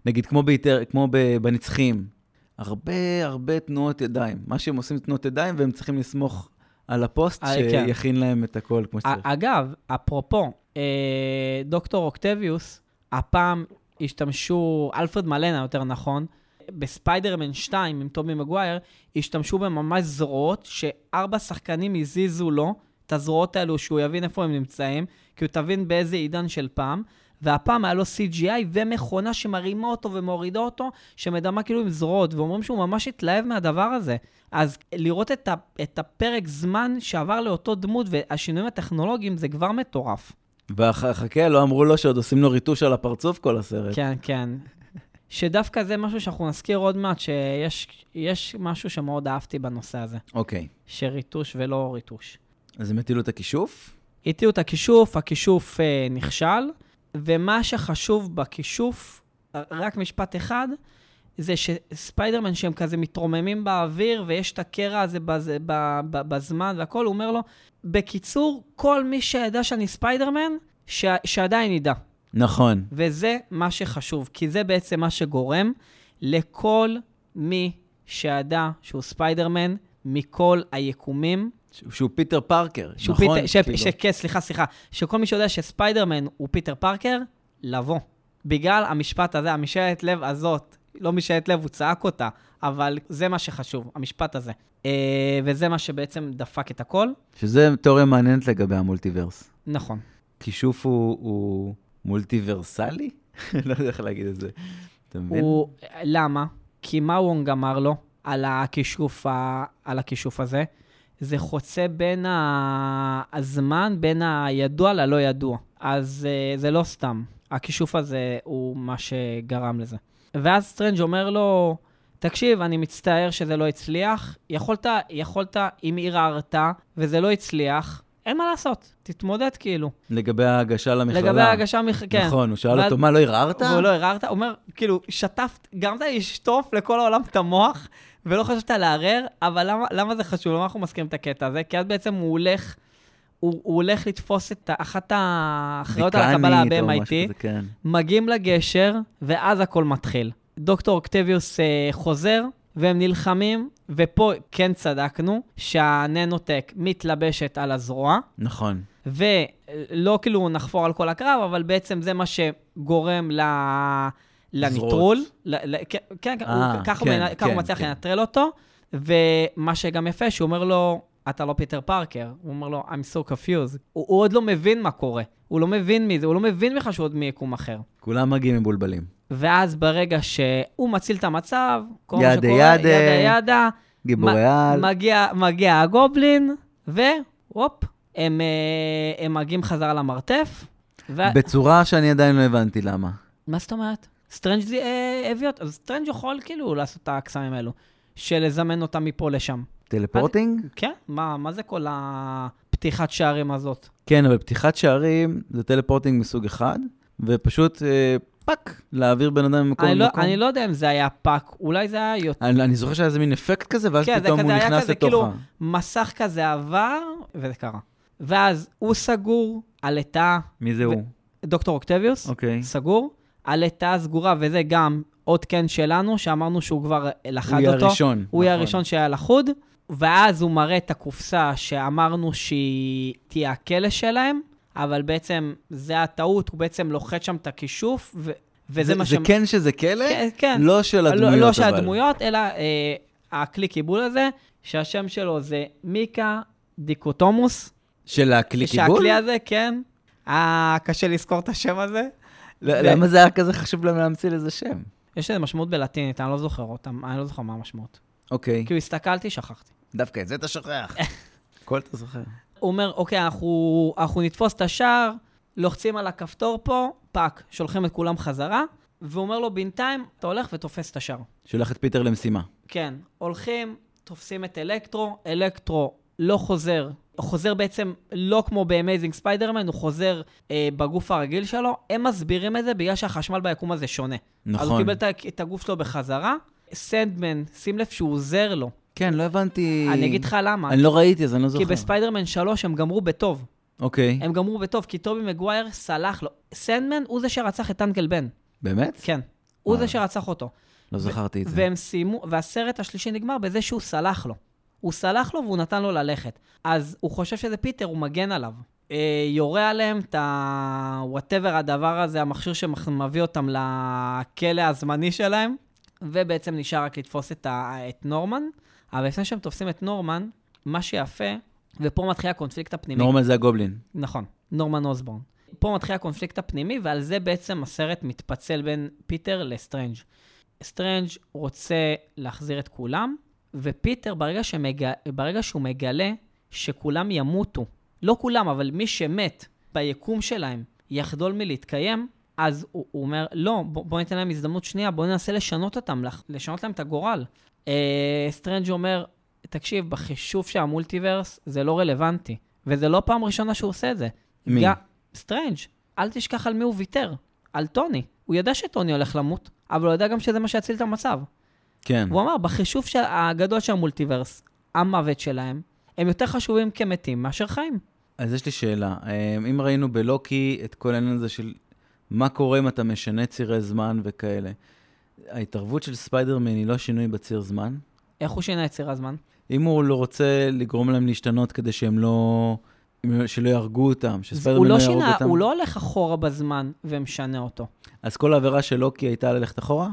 נגיד, כמו, ביתר, כמו ב, בנצחים, הרבה הרבה תנועות ידיים. מה שהם עושים זה תנועות ידיים, והם צריכים לסמוך על הפוסט אה, כן. אה, שיכין להם את הכל כמו שצריך. א- אגב, אפרופו, אה, דוקטור אוקטביוס, הפעם השתמשו, אלפרד מלנה יותר נכון, בספיידרמן 2 עם טובי מגווייר, השתמשו בממש זרועות, שארבע שחקנים הזיזו לו את הזרועות האלו, שהוא יבין איפה הם נמצאים, כי הוא תבין באיזה עידן של פעם. והפעם היה לו CGI ומכונה שמרימה אותו ומורידה אותו, שמדמה כאילו עם זרועות, ואומרים שהוא ממש התלהב מהדבר הזה. אז לראות את, ה, את הפרק זמן שעבר לאותו דמות והשינויים הטכנולוגיים זה כבר מטורף. וחכה, לא אמרו לו שעוד עושים לו ריטוש על הפרצוף כל הסרט. כן, כן. שדווקא זה משהו שאנחנו נזכיר עוד מעט, שיש יש משהו שמאוד אהבתי בנושא הזה, אוקיי, שריטוש ולא ריטוש. אז הם הטילו את הכישוף? הטילו את הכישוף, הכישוף אה, נכשל, ומה שחשוב בכישוף, רק משפט אחד, זה שספיידרמן שהם כזה מתרוממים באוויר, ויש את הקרע הזה בזה, ב, ב, בזמן והכל, הוא אומר לו, בקיצור, כל מי שידע שאני ספיידרמן, ש, שעדיין ידע. נכון. וזה מה שחשוב, כי זה בעצם מה שגורם לכל מי שידע שהוא ספיידרמן מכל היקומים. ש- שהוא פיטר פארקר, שהוא נכון? פיטר, ש, כאילו. שכן, סליחה, סליחה, שכל מי שיודע שספיידרמן הוא פיטר פארקר, לבוא. בגלל המשפט הזה, המשאלת לב הזאת, לא משאלת לב, הוא צעק אותה, אבל זה מה שחשוב, המשפט הזה. אה, וזה מה שבעצם דפק את הכל. שזה תיאוריה מעניינת לגבי המולטיברס. נכון. כישוף הוא, הוא מולטיברסלי? לא יודע איך להגיד את זה. אתה מבין? הוא, למה? כי מה וונג אמר לו על הכישוף, ה... על הכישוף הזה? זה חוצה בין ה... הזמן, בין הידוע ללא ידוע. אז uh, זה לא סתם. הכישוף הזה הוא מה שגרם לזה. ואז סטרנג' אומר לו, תקשיב, אני מצטער שזה לא הצליח. יכולת, יכולת, אם ערערת וזה לא הצליח, אין מה לעשות, תתמודד כאילו. לגבי ההגשה למכללה. לגבי ההגשה, מח- כן. נכון, הוא שאל ואז- אותו, מה, לא ערערת? והוא לא הרהרת, הוא אומר, כאילו, שטפת, גרמת לי לשטוף לכל העולם את המוח, ולא חשבת לערער, אבל למה, למה זה חשוב? למה אנחנו מזכירים את הקטע הזה? כי אז בעצם הוא הולך, הוא, הוא הולך לתפוס את ה- אחת האחריות על הקבלה דיקנית או משהו ב-MIT, כזה, כן. מגיעים לגשר, ואז הכל מתחיל. דוקטור אוקטביוס אה, חוזר, והם נלחמים, ופה כן צדקנו, שהננוטק מתלבשת על הזרוע. נכון. ולא כאילו נחפור על כל הקרב, אבל בעצם זה מה שגורם ל... לניטרול. ל... ל... כן, כן, אה, הוא- ככה הוא כן, מנ- ככה הוא כן, מצליח כן. לנטרל אותו. ומה שגם יפה, שהוא אומר לו, אתה לא פיטר פארקר. הוא אומר לו, I'm so confused. הוא, הוא עוד לא מבין מה קורה. הוא לא מבין מי זה, הוא לא מבין בכלל שהוא עוד מיקום אחר. כולם מגיעים מבולבלים. ואז ברגע שהוא מציל את המצב, כל מה ידה, שקורה, ידה. ידה, ידה, גיבורי מ- על. מגיע, מגיע הגובלין, והופ, הם, אה, הם מגיעים חזרה למרתף. ו... ב... בצורה שאני עדיין לא הבנתי למה. מה זאת אומרת? סטרנג' זה, אה, הביא אותו, אז סטרנג' יכול כאילו לעשות את הקסמים האלו, של לזמן אותם מפה לשם. טלפורטינג? כן? מה, מה זה כל הפתיחת שערים הזאת? כן, אבל פתיחת שערים זה טלפורטינג מסוג אחד, ופשוט אה, פאק, להעביר בן אדם ממקום אני לא, למקום. אני לא יודע אם זה היה פאק, אולי זה היה יותר. אני, אני זוכר שהיה איזה מין אפקט כזה, ואז כן, זה פתאום כזה הוא היה נכנס כזה, לתוך כאילו- ה... מסך כזה עבר, וזה קרה. ואז הוא סגור, הלטאה, מי זה ו- הוא? דוקטור אוקטביוס, אוקיי. סגור, עלה תא סגורה, וזה גם עוד כן שלנו, שאמרנו שהוא כבר לחד הוא יהיה אותו. הראשון. הוא יהיה נכון. הראשון שהיה לחוד, ואז הוא מראה את הקופסה שאמרנו שהיא תהיה הכלא שלהם, אבל בעצם זה הטעות, הוא בעצם לוחץ שם את הכישוף, ו- וזה מה ש... זה כן שזה כלא? כן, כן. לא של הדמויות, לא, אבל. לא של הדמויות, אלא אה, הכלי קיבול הזה, שהשם שלו זה מיקה דיקוטומוס. של הכלי קיבול? שהכלי הזה, כן. אה, קשה לזכור את השם הזה. ל- זה- לא, למה זה היה כזה חשוב להם להמציא לזה שם? יש לזה משמעות בלטינית, אני לא זוכר אותה, אני לא זוכר מה המשמעות. אוקיי. כאילו הסתכלתי, שכחתי. דווקא את זה אתה שוכח. הכל אתה זוכר. הוא אומר, אוקיי, אנחנו, אנחנו נתפוס את השער, לוחצים על הכפתור פה, פאק, שולחים את כולם חזרה, והוא אומר לו, בינתיים אתה הולך ותופס את השער. שולח את פיטר למשימה. כן, הולכים, תופסים את אלקטרו, אלקטרו לא חוזר. חוזר בעצם לא כמו באמייזינג ספיידרמן, הוא חוזר אה, בגוף הרגיל שלו. הם מסבירים את זה בגלל שהחשמל ביקום הזה שונה. אז הוא נכון. קיבל את, ה- את הגוף שלו בחזרה. סנדמן, שים לב שהוא עוזר לו. כן, לא הבנתי... אני אגיד לך למה. אני לא ראיתי, אז אני לא זוכר. כי בספיידרמן 3 הם גמרו בטוב. אוקיי. הם גמרו בטוב, כי טובי מגווייר סלח לו. סנדמן הוא זה שרצח את אנקל בן. באמת? כן. הוא זה וואלה. שרצח אותו. לא זכרתי את זה. והם סיימו, והסרט השלישי נגמר בזה שהוא סלח לו. הוא סלח לו והוא נתן לו ללכת. אז הוא חושב שזה פיטר, הוא מגן עליו. אה, יורה עליהם את ה... וואטאבר הדבר הזה, המכשיר שמביא אותם לכלא הזמני שלהם, ובעצם נשאר רק לתפוס את, ה... את נורמן. אבל לפני שהם תופסים את נורמן, מה שיפה, ופה מתחיל הקונפליקט הפנימי. נורמן זה הגובלין. נכון, נורמן אוסבורן. פה מתחיל הקונפליקט הפנימי, ועל זה בעצם הסרט מתפצל בין פיטר לסטרנג'. סטרנג' רוצה להחזיר את כולם, ופיטר, ברגע, שמג... ברגע שהוא מגלה שכולם ימותו, לא כולם, אבל מי שמת ביקום שלהם יחדול מלהתקיים, אז הוא, הוא אומר, לא, בוא, בוא ניתן להם הזדמנות שנייה, בוא ננסה לשנות אותם, לח- לשנות להם את הגורל. אה, סטרנג' אומר, תקשיב, בחישוב של המולטיברס זה לא רלוונטי, וזה לא פעם ראשונה שהוא עושה את זה. מי? סטרנג', אל תשכח על מי הוא ויתר, על טוני. הוא ידע שטוני הולך למות, אבל הוא ידע גם שזה מה שיציל את המצב. כן. והוא אמר, בחישוב של, הגדול של המולטיברס, המוות שלהם, הם יותר חשובים כמתים מאשר חיים. אז יש לי שאלה. אה, אם ראינו בלוקי את כל העניין הזה של מה קורה אם אתה משנה צירי זמן וכאלה, ההתערבות של ספיידרמן היא לא שינוי בציר זמן? איך הוא שינה את ציר הזמן? אם הוא לא רוצה לגרום להם להשתנות כדי שהם לא... שלא יהרגו אותם, הוא שספיידרמן לא לא יהרוג שינה, אותם. הוא לא הולך אחורה בזמן ומשנה אותו. אז כל העבירה של לוקי הייתה ללכת אחורה?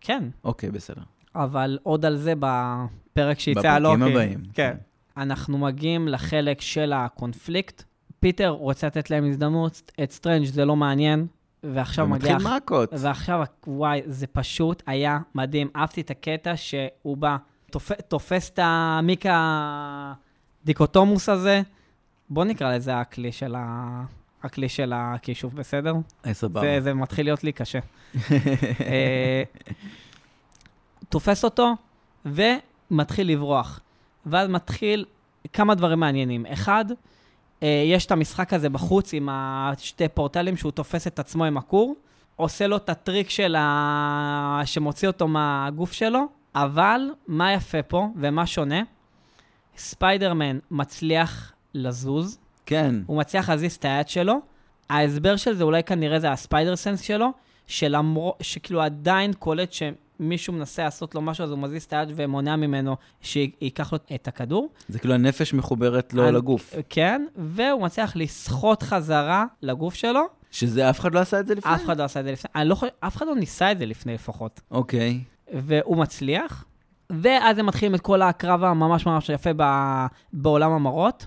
כן, אוקיי, בסדר. אבל עוד על זה בפרק שיצא הלוקי. בפרקים הבאים. כן. אנחנו מגיעים לחלק של הקונפליקט. פיטר רוצה לתת להם הזדמנות, את סטרנג' זה לא מעניין, ועכשיו מגיע... ומתחיל מכות. ועכשיו, וואי, זה פשוט היה מדהים. אהבתי את הקטע שהוא בא, תופ... תופס את המיקה דיקוטומוס הזה. בוא נקרא לזה הכלי של ה... הכלי של הכישוף, בסדר? עשר בר. זה, זה מתחיל להיות לי קשה. אה, תופס אותו ומתחיל לברוח. ואז מתחיל כמה דברים מעניינים. אחד, אה, יש את המשחק הזה בחוץ עם השתי פורטלים שהוא תופס את עצמו עם הכור, עושה לו את הטריק של ה... שמוציא אותו מהגוף שלו, אבל מה יפה פה ומה שונה? ספיידרמן מצליח לזוז, כן. הוא מצליח להזיז את היד שלו. ההסבר של זה אולי כנראה זה הספיידר סנס שלו, שלמרות, שכאילו עדיין קולט שמישהו מנסה לעשות לו משהו, אז הוא מזיז את היד ומונע ממנו שייקח לו את הכדור. זה כאילו הנפש מחוברת לו אני- לגוף. כן, והוא מצליח לסחוט חזרה לגוף שלו. שזה אף אחד לא עשה את זה לפני? אף אחד לא עשה את זה לפני, אני לא חושב, אף אחד לא ניסה את זה לפני לפחות. אוקיי. והוא מצליח, ואז הם מתחילים את כל הקרב הממש ממש יפה ב... בעולם המראות.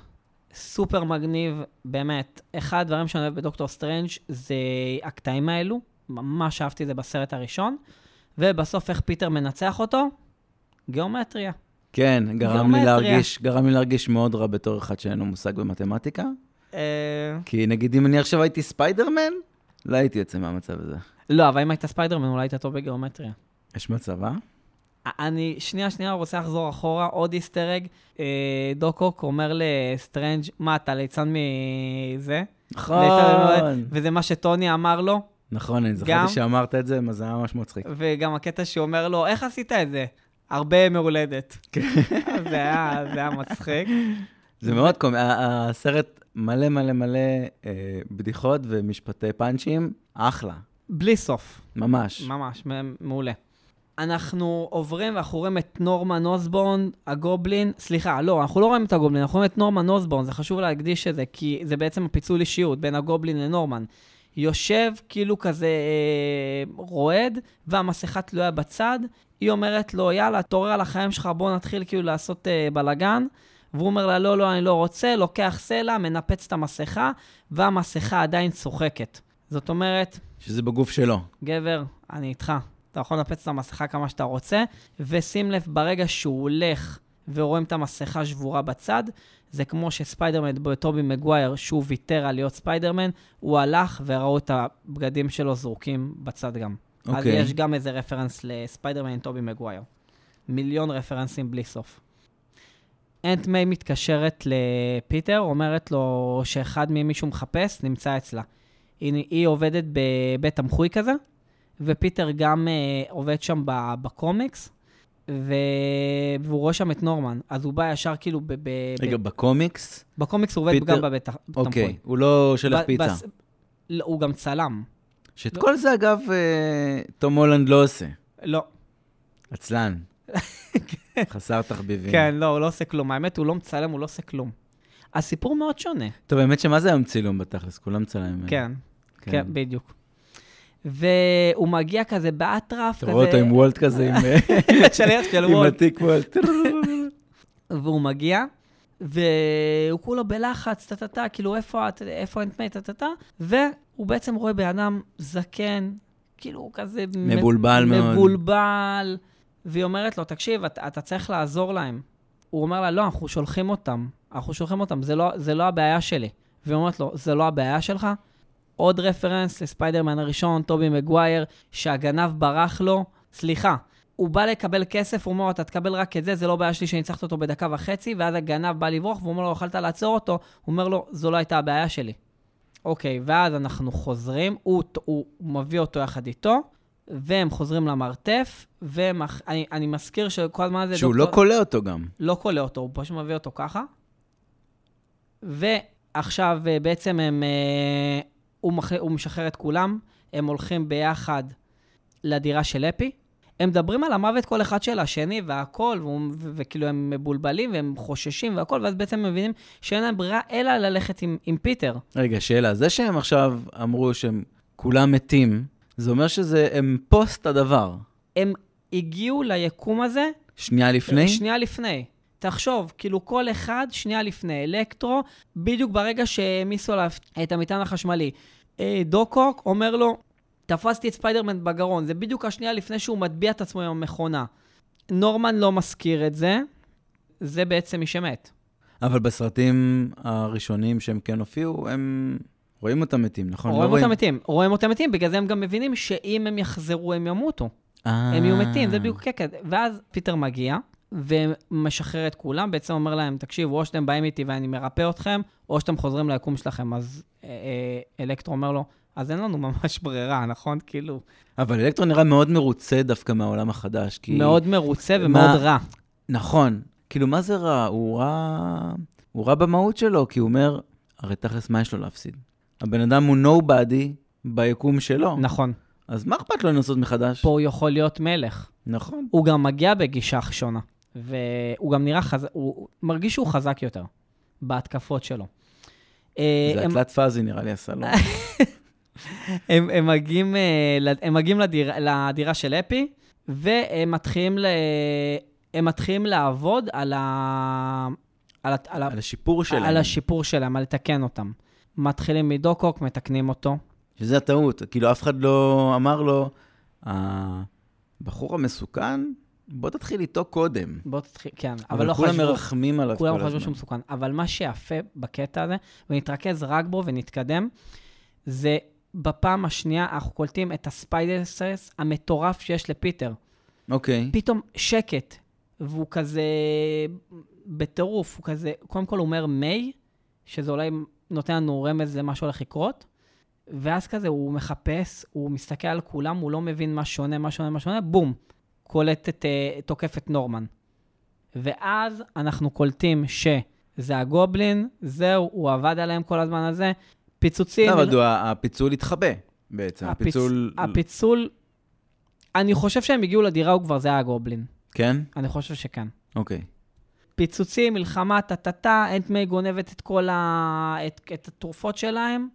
סופר מגניב, באמת. אחד הדברים שאני אוהב בדוקטור סטרנג' זה הקטעים האלו, ממש אהבתי את זה בסרט הראשון. ובסוף איך פיטר מנצח אותו? גיאומטריה. כן, גרם לי גיאומטריה. להרגיש, גרם לי להרגיש מאוד רע בתור אחד שאין לו מושג במתמטיקה. אה... כי נגיד אם אני עכשיו הייתי ספיידרמן, לא הייתי יוצא מהמצב הזה. לא, אבל אם היית ספיידרמן אולי היית טוב בגיאומטריה. יש מצב, אה? אני שנייה, שנייה רוצה לחזור אחורה, עוד איסטרג. אה, דוקוק אומר לסטרנג', מה, אתה ליצן מזה? נכון. וזה מה שטוני אמר לו, נכון, אני גם- זכרתי שאמרת את זה, מה זה היה ממש מצחיק. וגם הקטע שאומר לו, איך עשית את זה? הרבה ימי הולדת. זה היה זה היה מצחיק. זה מאוד קומי, ה- ה- הסרט מלא מלא מלא אה, בדיחות ומשפטי פאנצ'ים, אחלה, בלי סוף, ממש. ממש, מ- מעולה. אנחנו עוברים ואנחנו רואים את נורמן אוסבורן, הגובלין, סליחה, לא, אנחנו לא רואים את הגובלין, אנחנו רואים את נורמן אוסבורן, זה חשוב להקדיש את זה, כי זה בעצם הפיצול אישיות בין הגובלין לנורמן. יושב כאילו כזה אה, רועד, והמסכה תלויה בצד, היא אומרת לו, יאללה, תעורר על החיים שלך, בוא נתחיל כאילו לעשות אה, בלאגן. והוא אומר לה, לא, לא, אני לא רוצה, לוקח סלע, מנפץ את המסכה, והמסכה עדיין צוחקת. זאת אומרת, שזה בגוף שלו. גבר, אני איתך. אתה יכול לנפץ את המסכה כמה שאתה רוצה, ושים לב, ברגע שהוא הולך ורואים את המסכה שבורה בצד, זה כמו שספיידרמן בטובי מגווייר, שהוא ויתר על להיות ספיידרמן, הוא הלך וראו את הבגדים שלו זרוקים בצד גם. Okay. אז אוקיי. יש גם איזה רפרנס לספיידרמן עם טובי מגווייר. מיליון רפרנסים בלי סוף. אנט מיי מתקשרת לפיטר, אומרת לו שאחד ממי שהוא מחפש נמצא אצלה. היא, היא עובדת בבית תמחוי כזה, ופיטר גם אה, עובד שם ב, בקומיקס, ו... והוא רואה שם את נורמן, אז הוא בא ישר כאילו, ב, ב, רגע, ב, בקומיקס? בקומיקס הוא עובד פיטר- גם בבית תמחוי. אוקיי, הוא לא שולח פיצה. לא, הוא גם צלם. שאת לא. כל זה, אגב, אה, תום הולנד לא עושה. לא, עצלן. חסר תחביבים. כן, לא, הוא לא עושה כלום. האמת, הוא לא מצלם, הוא לא עושה כלום. הסיפור מאוד שונה. טוב, האמת שמה זה היום צילום בתכלס? כולם צלמים. כן, כן, בדיוק. והוא מגיע כזה באטרף, כזה... אתה רואה אותו עם וולט כזה, עם שליח של עם וולט. התיק וולט. והוא מגיע, והוא כולו בלחץ, טה-טה-טה, כאילו, איפה את, איפה אנט מי, טה-טה-טה, והוא בעצם רואה בן אדם זקן, כאילו, הוא כזה... מ- מבולבל מאוד. מבולבל, והיא אומרת לו, תקשיב, אתה, אתה צריך לעזור להם. הוא אומר לה, לא, אנחנו שולחים אותם, אנחנו שולחים אותם, זה לא, זה לא הבעיה שלי. והיא אומרת לו, זה לא הבעיה שלך? עוד רפרנס לספיידרמן הראשון, טובי מגווייר, שהגנב ברח לו. סליחה, הוא בא לקבל כסף, הוא אומר לו, אתה תקבל רק את זה, זה לא בעיה שלי שניצחת אותו בדקה וחצי, ואז הגנב בא לברוח, והוא אומר לו, יכולת לעצור אותו? הוא אומר לו, זו לא הייתה הבעיה שלי. אוקיי, ואז אנחנו חוזרים, הוא, הוא מביא אותו יחד איתו, והם חוזרים למרתף, והם... אח- אני, אני מזכיר שכל הזמן זה... שהוא דוקטור- לא קולע אותו גם. לא קולע אותו, הוא פשוט מביא אותו ככה. ועכשיו אה, בעצם הם... אה, הוא, מח... הוא משחרר את כולם, הם הולכים ביחד לדירה של אפי. הם מדברים על המוות כל אחד של השני והכל, והוא- ו- וכאילו הם מבולבלים והם חוששים והכל, ואז בעצם הם מבינים שאין להם ברירה אלא ללכת עם, עם פיטר. רגע, שאלה. זה שהם עכשיו אמרו שהם כולם מתים, זה אומר שזה, הם פוסט הדבר. הם הגיעו ליקום הזה כן, שנייה לפני? שנייה לפני. תחשוב, כאילו כל אחד שנייה לפני. אלקטרו, בדיוק ברגע שהעמיסו עליו את המטען החשמלי. אה, דוקוק אומר לו, תפסתי את ספיידרמן בגרון. זה בדיוק השנייה לפני שהוא מטביע את עצמו עם המכונה. נורמן לא מזכיר את זה, זה בעצם מי שמת. אבל בסרטים הראשונים שהם כן הופיעו, הם רואים אותם מתים, נכון? רואים אותם מתים, רואים אותם מתים, בגלל זה הם גם מבינים שאם הם יחזרו הם ימותו. הם הם אה. יהיו מתים, זה בדיוק הקטע. ואז פיטר מגיע ומשחרר את כולם, בעצם אומר להם, תקשיבו, או שאתם באים איתי ואני מרפא אתכם, או שאתם חוזרים ליקום שלכם. אז אה, אה, אלקטרו אומר לו, אז אין לנו ממש ברירה, נכון? כאילו, אבל אלקטרו נראה מאוד מרוצה דווקא מהעולם החדש, כי... מאוד מרוצה מה- ומאוד רע. נכון. כאילו, מה זה רע? הוא רע... הוא רע במהות שלו, כי הוא אומר, הרי תכלס, מה יש לו להפסיד? הבן אדם הוא נובדי ביקום שלו. נכון. אז מה אכפת לו לנסות מחדש? פה הוא יכול להיות מלך. נכון. הוא גם מגיע בגישה שונה, והוא גם נראה חזק, הוא הוא מרגיש שהוא חזק יותר בהתקפות שלו. אה, זה הם- התלת פאזי נראה לי עשה לו. הם, הם מגיעים, אה, לד- הם מגיעים לדיר, לדירה של אפי, והם מתחילים, ל, הם מתחילים לעבוד על, ה, על, ה- על, ה- על השיפור שלהם. על השיפור שלהם, על לתקן אותם. מתחילים מדוקוק, מתקנים אותו. שזה הטעות. כאילו, אף אחד לא אמר לו, הבחור המסוכן, בוא תתחיל איתו קודם. בוא תתחיל, כן, אבל, אבל לא כולם חשבו, מרחמים עליו כל כולם הזמן. חשבו שהוא מסוכן. אבל מה שיפה בקטע הזה, ונתרכז רק בו ונתקדם, זה בפעם השנייה אנחנו קולטים את הספיידר סטרס המטורף שיש לפיטר. אוקיי. פתאום שקט, והוא כזה בטירוף, הוא כזה, קודם כל הוא אומר מיי, שזה אולי נותן לנו רמז למה שהולך לקרות, ואז כזה הוא מחפש, הוא מסתכל על כולם, הוא לא מבין מה שונה, מה שונה, מה שונה, בום, קולט את, אה, תוקף את נורמן. ואז אנחנו קולטים שזה הגובלין, זהו, הוא עבד עליהם כל הזמן הזה, פיצוצים. לא, אבל הוא- הפיצול התחבא בעצם. הפיצ- הפיצול... הפיצול, אני חושב שהם הגיעו לדירה, הוא כבר זה היה הגובלין. כן? אני חושב שכן. אוקיי. פיצוצים, מלחמה, טה-טה-טה, אנטמי גונבת את כל ה... את, את התרופות שלהם,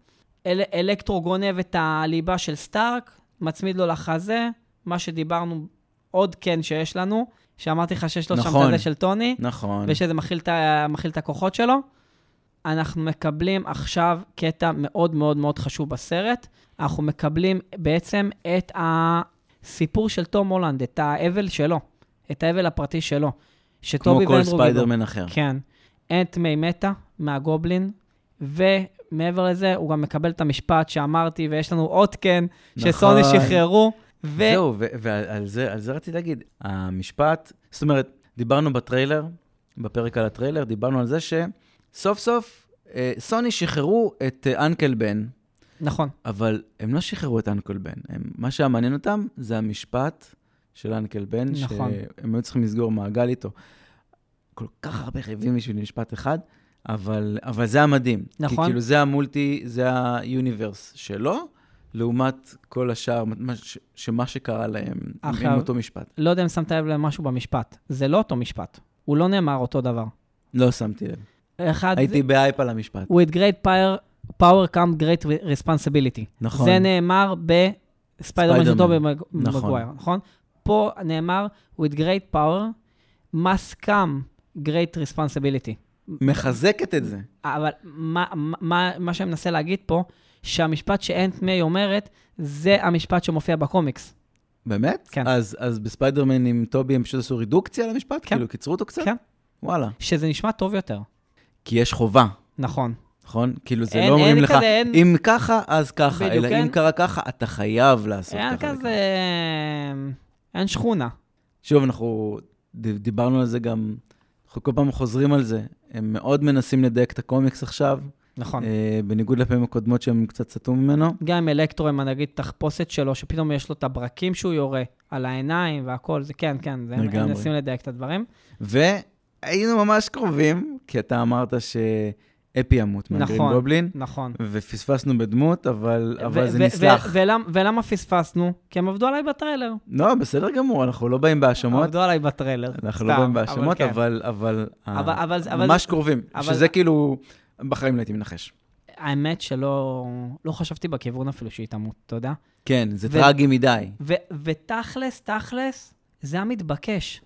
אל, אלקטרו גונב את הליבה של סטארק, מצמיד לו לחזה, מה שדיברנו עוד כן שיש לנו, שאמרתי לך שיש לו שם נכון. את הזה של טוני, נכון. ושזה מכיל את, ה- מכיל את הכוחות שלו. אנחנו מקבלים עכשיו קטע מאוד מאוד מאוד חשוב בסרט. אנחנו מקבלים בעצם את הסיפור של תום הולנד, את האבל שלו, את האבל הפרטי שלו. כמו שטובי כל ונדרוג גיבו. ספיידרמן אחר. כן. אנטמי מתה מהגובלין, ומעבר לזה, הוא גם מקבל את המשפט שאמרתי, ויש לנו עוד כן, שסוני נכון. שחררו. ו... זהו, ו- ועל זה על זה רציתי להגיד. המשפט, זאת אומרת, דיברנו בטריילר, בפרק על הטריילר, דיברנו על זה שסוף סוף אה, סוני שחררו את אה, אנקל בן, נכון, אבל הם לא שחררו את אנקל בן. הם, מה שהיה מעניין אותם זה המשפט של אנקל בן, נכון. שהם היו צריכים לסגור מעגל איתו. כל כך הרבה חייבים בשביל משפט אחד, אבל, אבל זה המדהים. כי נכון. כאילו זה המולטי, זה היוניברס שלו, לעומת כל השאר, מה, ש, שמה שקרה להם עכשיו... עכשיו- עם אותו משפט. לא יודע אם שמת לב למשהו במשפט. זה לא אותו משפט. הוא לא נאמר אותו דבר. לא שמתי לב. אחד, הייתי באייפ על המשפט. with great power, power come great responsibility. נכון. זה נאמר בספיידרמן של ספיידרמן. טובי מג- נכון. מגווייר, נכון? פה נאמר, with great power, must come great responsibility. מחזקת את זה. אבל מה, מה, מה שאני מנסה להגיד פה, שהמשפט שאנט מיי אומרת, זה המשפט שמופיע בקומיקס. באמת? כן. אז, אז בספיידרמן עם טובי הם פשוט עשו רידוקציה למשפט? כן. כאילו קיצרו אותו קצת? כן. וואלה. שזה נשמע טוב יותר. כי יש חובה. נכון. נכון? כאילו, זה אין- לא אומרים אין לך, כזה, אין- אם ככה, אז ככה, בדיוק, אלא אם אין- קרה ככה, אתה חייב לעשות אין ככה. כזה... וככה. אין שכונה. שוב, אנחנו ד- דיברנו על זה גם, אנחנו כל פעם חוזרים על זה. הם מאוד מנסים לדייק את הקומיקס עכשיו, נכון. אה, בניגוד לפעמים הקודמות שהם קצת סטו ממנו. גם עם אלקטרו, עם הנגיד תחפושת שלו, שפתאום יש לו את הברקים שהוא יורה על העיניים והכל, זה כן, כן, זה הם- לגמרי. הם מנסים לדייק את הדברים. והיינו ממש קרובים, כי אתה אמרת ש... אפי ימות מהגרין נכון. גובלין, נכון. ופספסנו בדמות, אבל, אבל ו- זה ו- נסלח. ו- ולמ- ולמה פספסנו? כי הם עבדו עליי בטריילר. לא, בסדר גמור, אנחנו לא באים בהאשמות. עבדו עליי בטריילר. אנחנו סתם, לא באים אבל בהאשמות, כן. אבל, אבל, אה, אבל- אבל זה- אבל- ממש קרובים, אבל- שזה כאילו, בחיים לא הייתי מנחש. האמת שלא לא חשבתי בכיוון אפילו שהיא תמות, אתה יודע? כן, זה ו- טרגי מדי. ו- ותכלס, תכלס, זה המתבקש.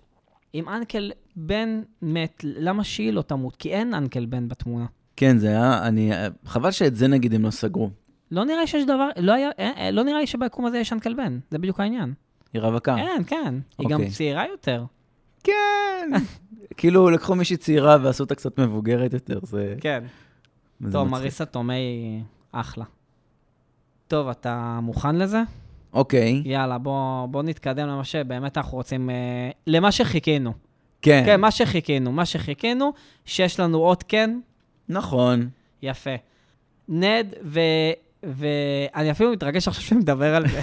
אם אנקל בן מת, למה שהיא לא תמות? כי אין אנקל בן בתמונה. כן, זה היה, אני, חבל שאת זה נגיד הם לא סגרו. לא נראה לי שיש דבר, לא, היה, אה, אה, לא נראה לי שביקום הזה יש אנקל בן, זה בדיוק העניין. היא רווקה. אין, כן. היא גם אה. אוקיי. צעירה יותר. כן. כאילו, לקחו מישהי צעירה ועשו אותה קצת מבוגרת יותר, זה... כן. זה טוב, מצחיק. מריסה תומי היא אחלה. טוב, אתה מוכן לזה? אוקיי, יאללה, בוא, בוא נתקדם למה שבאמת אנחנו רוצים, אה, למה שחיכינו. כן. כן, מה שחיכינו, מה שחיכינו, שיש לנו עוד כן, נכון. יפה. נד ו... ואני אפילו מתרגש עכשיו שמדבר על זה.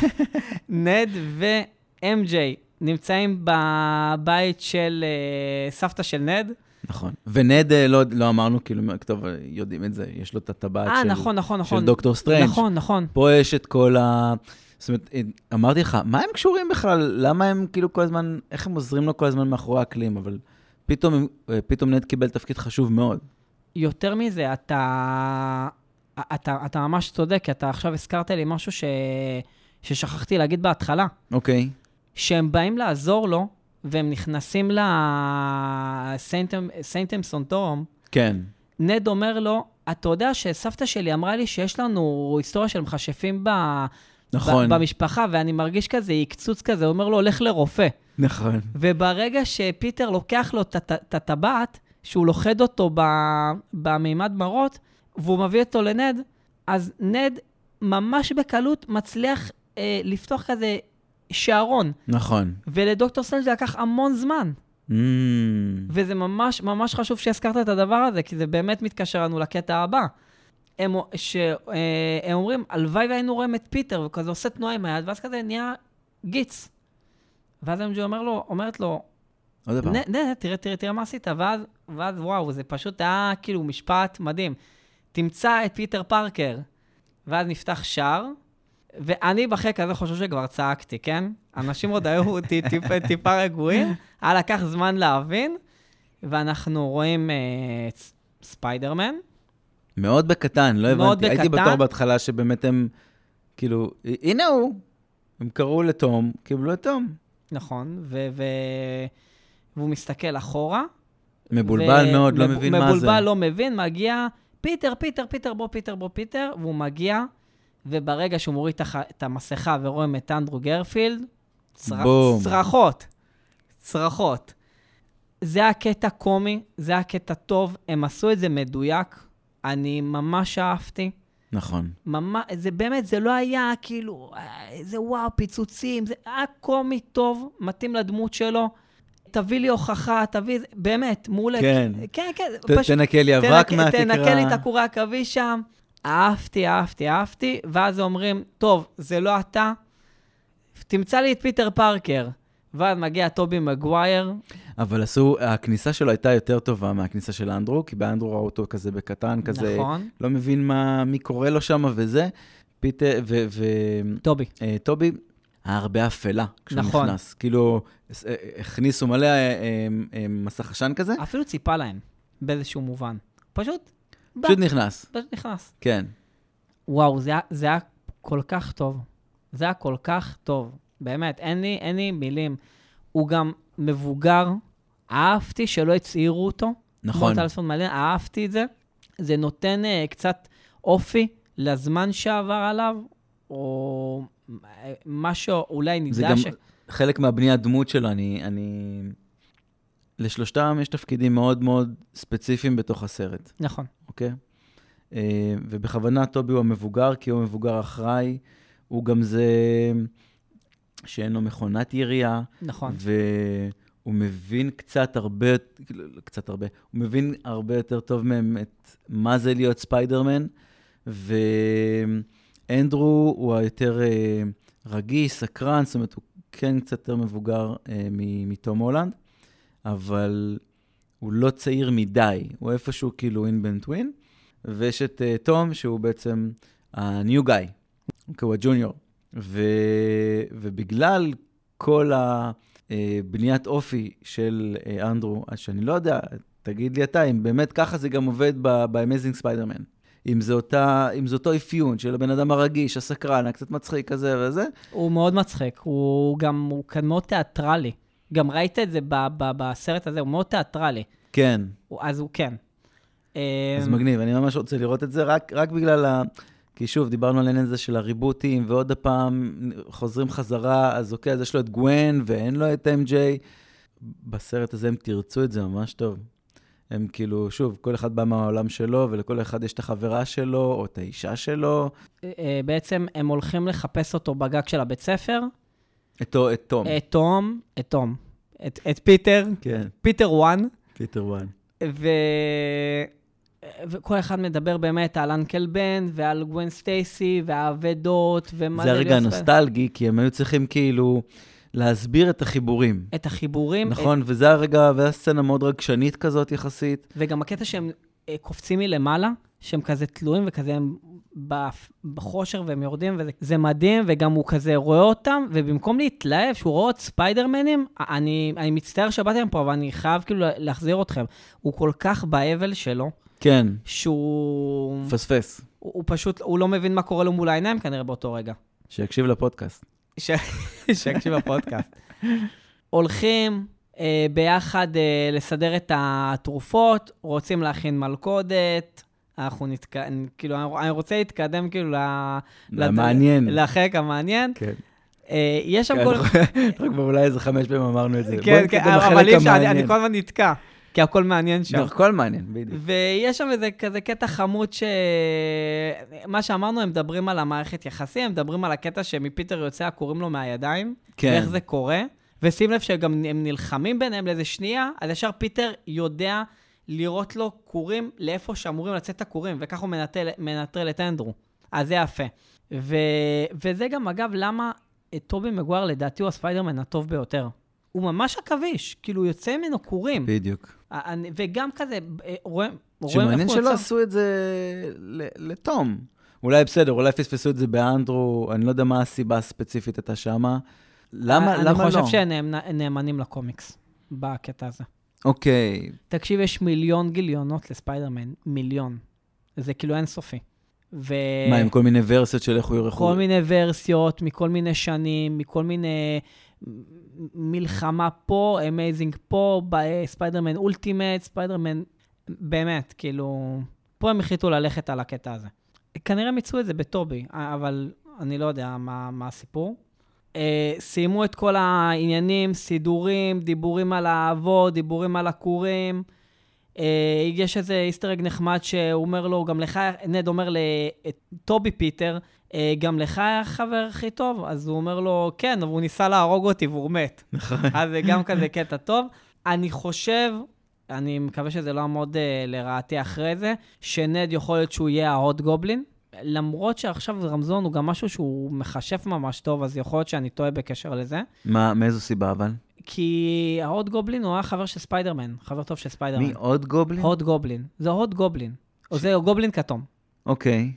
נד ו-MJ נמצאים בבית של אה, סבתא של נד. נכון. ונד, אה, לא, לא אמרנו, כאילו, מה- טוב, אה, יודעים את זה, יש לו את הטבעת אה, של, נכון, נכון, של נכון. דוקטור סטרנג'. נכון, נכון. פה יש את כל ה... זאת אומרת, אה, אמרתי לך, מה הם קשורים בכלל? למה הם כאילו כל הזמן, איך הם עוזרים לו כל הזמן מאחורי הקלים? אבל פתאום, הם- אה, פתאום נד קיבל תפקיד חשוב מאוד. יותר מזה, אתה, אתה, אתה ממש צודק, כי אתה עכשיו הזכרת לי משהו ש, ששכחתי להגיד בהתחלה, אוקיי. שהם באים לעזור לו, והם נכנסים לסיינטמסון תורם, כן. נד אומר לו, אתה יודע שסבתא שלי אמרה לי שיש לנו היסטוריה של מכשפים ב... נכון. ב- במשפחה, ואני מרגיש כזה עקצוץ כזה, הוא אומר לו, לך לרופא. נכון. וברגע שפיטר לוקח לו את הט- את הטבעת, שהוא לוכד אותו ב... במימד מראות, והוא מביא אותו לנד, אז נד ממש בקלות מצליח אה, לפתוח כזה שערון. נכון. ולדוקטור סטרנג' זה לקח המון זמן. Mm. וזה ממש ממש חשוב שהזכרת את הדבר הזה, כי זה באמת מתקשר לנו לקטע הבא. הם, ש, אה, הם אומרים, הלוואי והיינו רואים את פיטר, וכזה עושה תנועה עם היד, ואז כזה נהיה גיץ. ואז אמג'י אומר לו, אומרת לו, עוד פעם. "נה, נה, תראה, תראה, תראה מה עשית, ואז, ואז וואו, זה פשוט היה כאילו משפט מדהים. תמצא את פיטר פארקר. ואז נפתח שער, ואני בחלק הזה חושב שכבר צעקתי, כן? אנשים עוד היו טיפ, טיפ, טיפה רגועים, היה לקח זמן להבין, ואנחנו רואים אה, ס- ספיידרמן. מאוד בקטן, לא הבנתי. מאוד מאוד בקטן. הייתי בקטן. בטוח בהתחלה שבאמת הם, כאילו, הנה הוא. הם קראו לתום, קיבלו את תום. נכון, ו... ו... והוא מסתכל אחורה. מבולבל ו- מאוד, לא מב- מבין מה זה. מבולבל, לא מבין, מגיע, פיטר, פיטר, פיטר, בוא, פיטר, בוא, פיטר, והוא מגיע, וברגע שהוא מוריד את הח- את המסכה ורואים את אנדרו גרפילד, צר- בום. צרחות, צרחות. זה הקטע קומי, זה הקטע טוב, הם עשו את זה מדויק, אני ממש אהבתי. נכון. ממש, זה באמת, זה לא היה כאילו, אה, זה וואו, פיצוצים, זה היה קומי טוב, מתאים לדמות שלו. תביא לי הוכחה, תביא, באמת, מעולה. כן. כן, כן, ת- תנקה לי אבק תנק- מהתקרה. תנקה לי את הקורי עכבי שם. אהבתי, אהבתי, אהבתי, ואז אומרים, טוב, זה לא אתה, תמצא לי את פיטר פארקר. ואז מגיע טובי מגווייר, אבל עשו, הכניסה שלו הייתה יותר טובה מהכניסה של אנדרו, כי באנדרו ראו אותו כזה בקטן, כזה, נכון? לא מבין מה, מי קורא לו שם וזה. פיטר, ו... ו- טובי. אה, טובי, היה הרבה אפלה כשהוא נכון. נכנס. כאילו, הס- אה, הכניסו מלא אה, אה, אה, מסך עשן כזה, אפילו ציפה להם, באיזשהו מובן. פשוט, בא, פשוט נכנס, פשוט נכנס. כן. וואו, זה, היה- זה היה כל כך טוב. זה היה כל כך טוב. באמת, אין לי, אין לי מילים. הוא גם מבוגר, אהבתי שלא הצעירו אותו. נכון. כמו טלפון מלא, אהבתי את זה. זה נותן אה, קצת אופי לזמן שעבר עליו, או אה, מה שאולי זה נדע גם ש... חלק מהבניית דמות שלו, אני, אני... לשלושתם יש תפקידים מאוד מאוד ספציפיים בתוך הסרט, נכון, אוקיי? אה, ובכוונה טובי הוא המבוגר, כי הוא המבוגר אחראי, הוא גם זה שאין לו מכונת ירייה, נכון. והוא מבין קצת הרבה, כאילו, לא קצת הרבה, הוא מבין הרבה יותר טוב מהם את מה זה להיות ספיידרמן, ואנדרו הוא היותר אה, רגיש, סקרן, זאת אומרת, הוא כן קצת יותר מבוגר אה, מ- מתום הולנד, אבל הוא לא צעיר מדי, הוא איפשהו כאילו in בין טווין, ויש את אה, תום, שהוא בעצם ה-new guy, כי הוא הג'וניור. ו... ובגלל כל הבניית אה, אופי של אה, אנדרו, אז שאני לא יודע, תגיד לי אתה, אם באמת ככה זה גם עובד ב-Amazing Spider-Man. אם זה, אותה, אם זה אותו אפיון של הבן אדם הרגיש, הסקרן, הקצת מצחיק כזה וזה, הוא מאוד מצחיק, הוא גם, הוא כאן מאוד תיאטרלי. גם ראית את זה ב- ב- בסרט הזה, הוא מאוד תיאטרלי. כן, הוא- אז הוא כן. אז אמ, מגניב, אני ממש רוצה לראות את זה, רק, רק בגלל ה... כי שוב, דיברנו על העניין הזה של הריבוטים, ועוד הפעם חוזרים חזרה, אז אוקיי, אז יש לו את גוון, ואין לו את MJ. בסרט הזה הם תרצו את זה ממש טוב. הם כאילו, שוב, כל אחד בא מהעולם שלו, ולכל אחד יש את החברה שלו, או את האישה שלו, אה, בעצם הם הולכים לחפש אותו בגג של הבית ספר, את, תו- את תום. את תום, את תום, את, את פיטר, כן, פיטר וואן, פיטר וואן. ו... וכל אחד מדבר באמת על אנקל בן ועל גווין סטייסי והאבדות ומה זה הרגע להיות- הנוסטלגי, כי הם היו צריכים כאילו להסביר את החיבורים. את החיבורים, נכון. נכון, וזה הרגע, והסצנה מאוד רגשנית כזאת יחסית. וגם הקטע שהם אה, קופצים מלמעלה, שהם כזה תלויים וכזה הם בפ- בחושר והם יורדים, וזה זה מדהים, וגם הוא כזה רואה אותם, ובמקום להתלהב שהוא רואה עוד ספיידרמנים, א- אני, אני מצטער שבאתם פה, אבל אני חייב כאילו לה- להחזיר אתכם. הוא כל כך באבל שלו, כן, שהוא הוא, פספס. הוא פשוט, הוא לא מבין מה קורה לו מול העיניים כנראה באותו רגע. שיקשיב לפודקאסט. ש- שיקשיב לפודקאסט. הולכים אה, ביחד אה, לסדר את התרופות, רוצים להכין מלכודת, אנחנו נתק... כאילו, אני- אני רוצה להתקדם כאילו ל- לד- למעניין. לחלק המעניין. כן. אה, יש שם כן, כל... אנחנו- רק אולי איזה חמש פעמים אמרנו את זה. בוא כן, נתקדם כן, אבל לחלק אי אפשר, אני- המעניין. אני כל הזמן נתקע, כי הכל מעניין שם. לא, הכל מעניין, בדיוק. ויש שם איזה כזה קטע חמוד ש... מה שאמרנו, הם מדברים על המערכת יחסים, הם מדברים על הקטע שמפיטר יוצא, קוראים לו מהידיים. כן. ואיך זה קורה. ושים לב שגם הם נלחמים ביניהם לאיזה שנייה, אז ישר פיטר יודע לירות לו כורים לאיפה שאמורים לצאת הכורים, וככה הוא מנטל, מנטרל את אנדרו. אז זה יפה. ו... וזה גם, אגב, למה את טובי מגואר לדעתי הוא הספיידרמן הטוב ביותר. הוא ממש עכביש, כאילו יוצא ממנו כורים. בדיוק. ה- אני- וגם כזה, אה, רואים... רואים איך שמעניין הוא שלא יוצא. עשו את זה ל- לתום. אולי בסדר, אולי פספסו את זה באנדרו, אני לא יודע מה הסיבה הספציפית הייתה שמה. למה אני למה לא? אני חושב שהם נאמנ- נאמנים לקומיקס, בקטע הזה. אוקיי, תקשיב, יש מיליון גיליונות לספיידרמן, מיליון. זה כאילו אינסופי. ו... מה, עם כל מיני ורסיות של איך הוא ירחו? אה, כל מיני ורסיות, מכל מיני שנים, מכל מיני מ- מלחמה פה, אמייזינג פה, ב- ספיידרמן אולטימט, ספיידרמן... באמת, כאילו... פה הם החליטו ללכת על הקטע הזה. כנראה מיצו את זה בטובי, א- אבל אני לא יודע מה, מה הסיפור. אה, סיימו את כל העניינים, סידורים, דיבורים על האבות, דיבורים על הכורים. אה, יש איזה איסטראג נחמד שהוא אומר לו, גם לך, נד אומר לטובי פיטר, אה, גם לך היה חבר הכי טוב? אז הוא אומר לו, כן, אבל הוא ניסה להרוג אותי והוא מת. נכון. אז זה גם כזה קטע טוב. אני חושב, אני מקווה שזה לא יעמוד אה, לרעתי אחרי זה, שנד יכול להיות שהוא יהיה ההוט גובלין. למרות שעכשיו רמזון הוא גם משהו שהוא מכשף ממש טוב, אז יכול להיות שאני טועה בקשר לזה. מה, מאיזו סיבה אבל? כי ההוט גובלין הוא היה חבר של ספיידרמן, חבר טוב של ספיידרמן. מי, עוד גובלין? הוד גובלין. זה הוד גובלין. או זה גובלין כתום. אוקיי.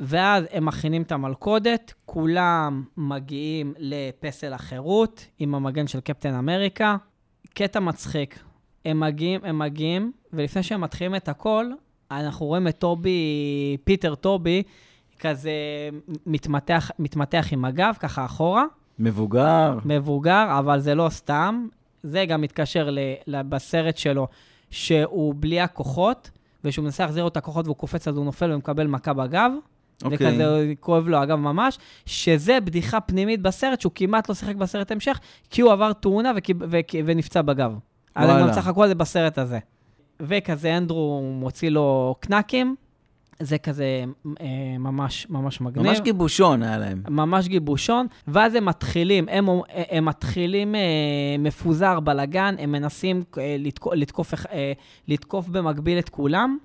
ואז הם מכינים את המלכודת, כולם מגיעים לפסל החירות עם המגן של קפטן אמריקה. קטע מצחיק. הם מגיעים, הם מגיעים, ולפני שהם מתחילים את הכל, אנחנו רואים את טובי, פיטר טובי, כזה מתמתח, מתמתח עם הגב, ככה אחורה. מבוגר? מבוגר, אבל זה לא סתם. זה גם מתקשר ל- ל- בסרט שלו, שהוא בלי הכוחות, ושהוא מנסה להחזיר לו את הכוחות והוא קופץ, אז הוא נופל ומקבל מכה בגב. אוקיי. וכזה כואב לו הגב ממש, שזה בדיחה פנימית בסרט, שהוא כמעט לא שיחק בסרט המשך, כי הוא עבר תאונה וכי- וכי- ונפצע בגב. אז הם וואלה. גם צחקו על זה בסרט הזה. וכזה אנדרו מוציא לו קנקים, זה כזה אה, ממש ממש מגניב. ממש גיבושון היה להם. ממש גיבושון, ואז הם מתחילים, הם, הם מתחילים אה, מפוזר בלאגן, הם מנסים אה, לתקוף, לתקוף, אח- אה, לתקוף במקביל את כולם,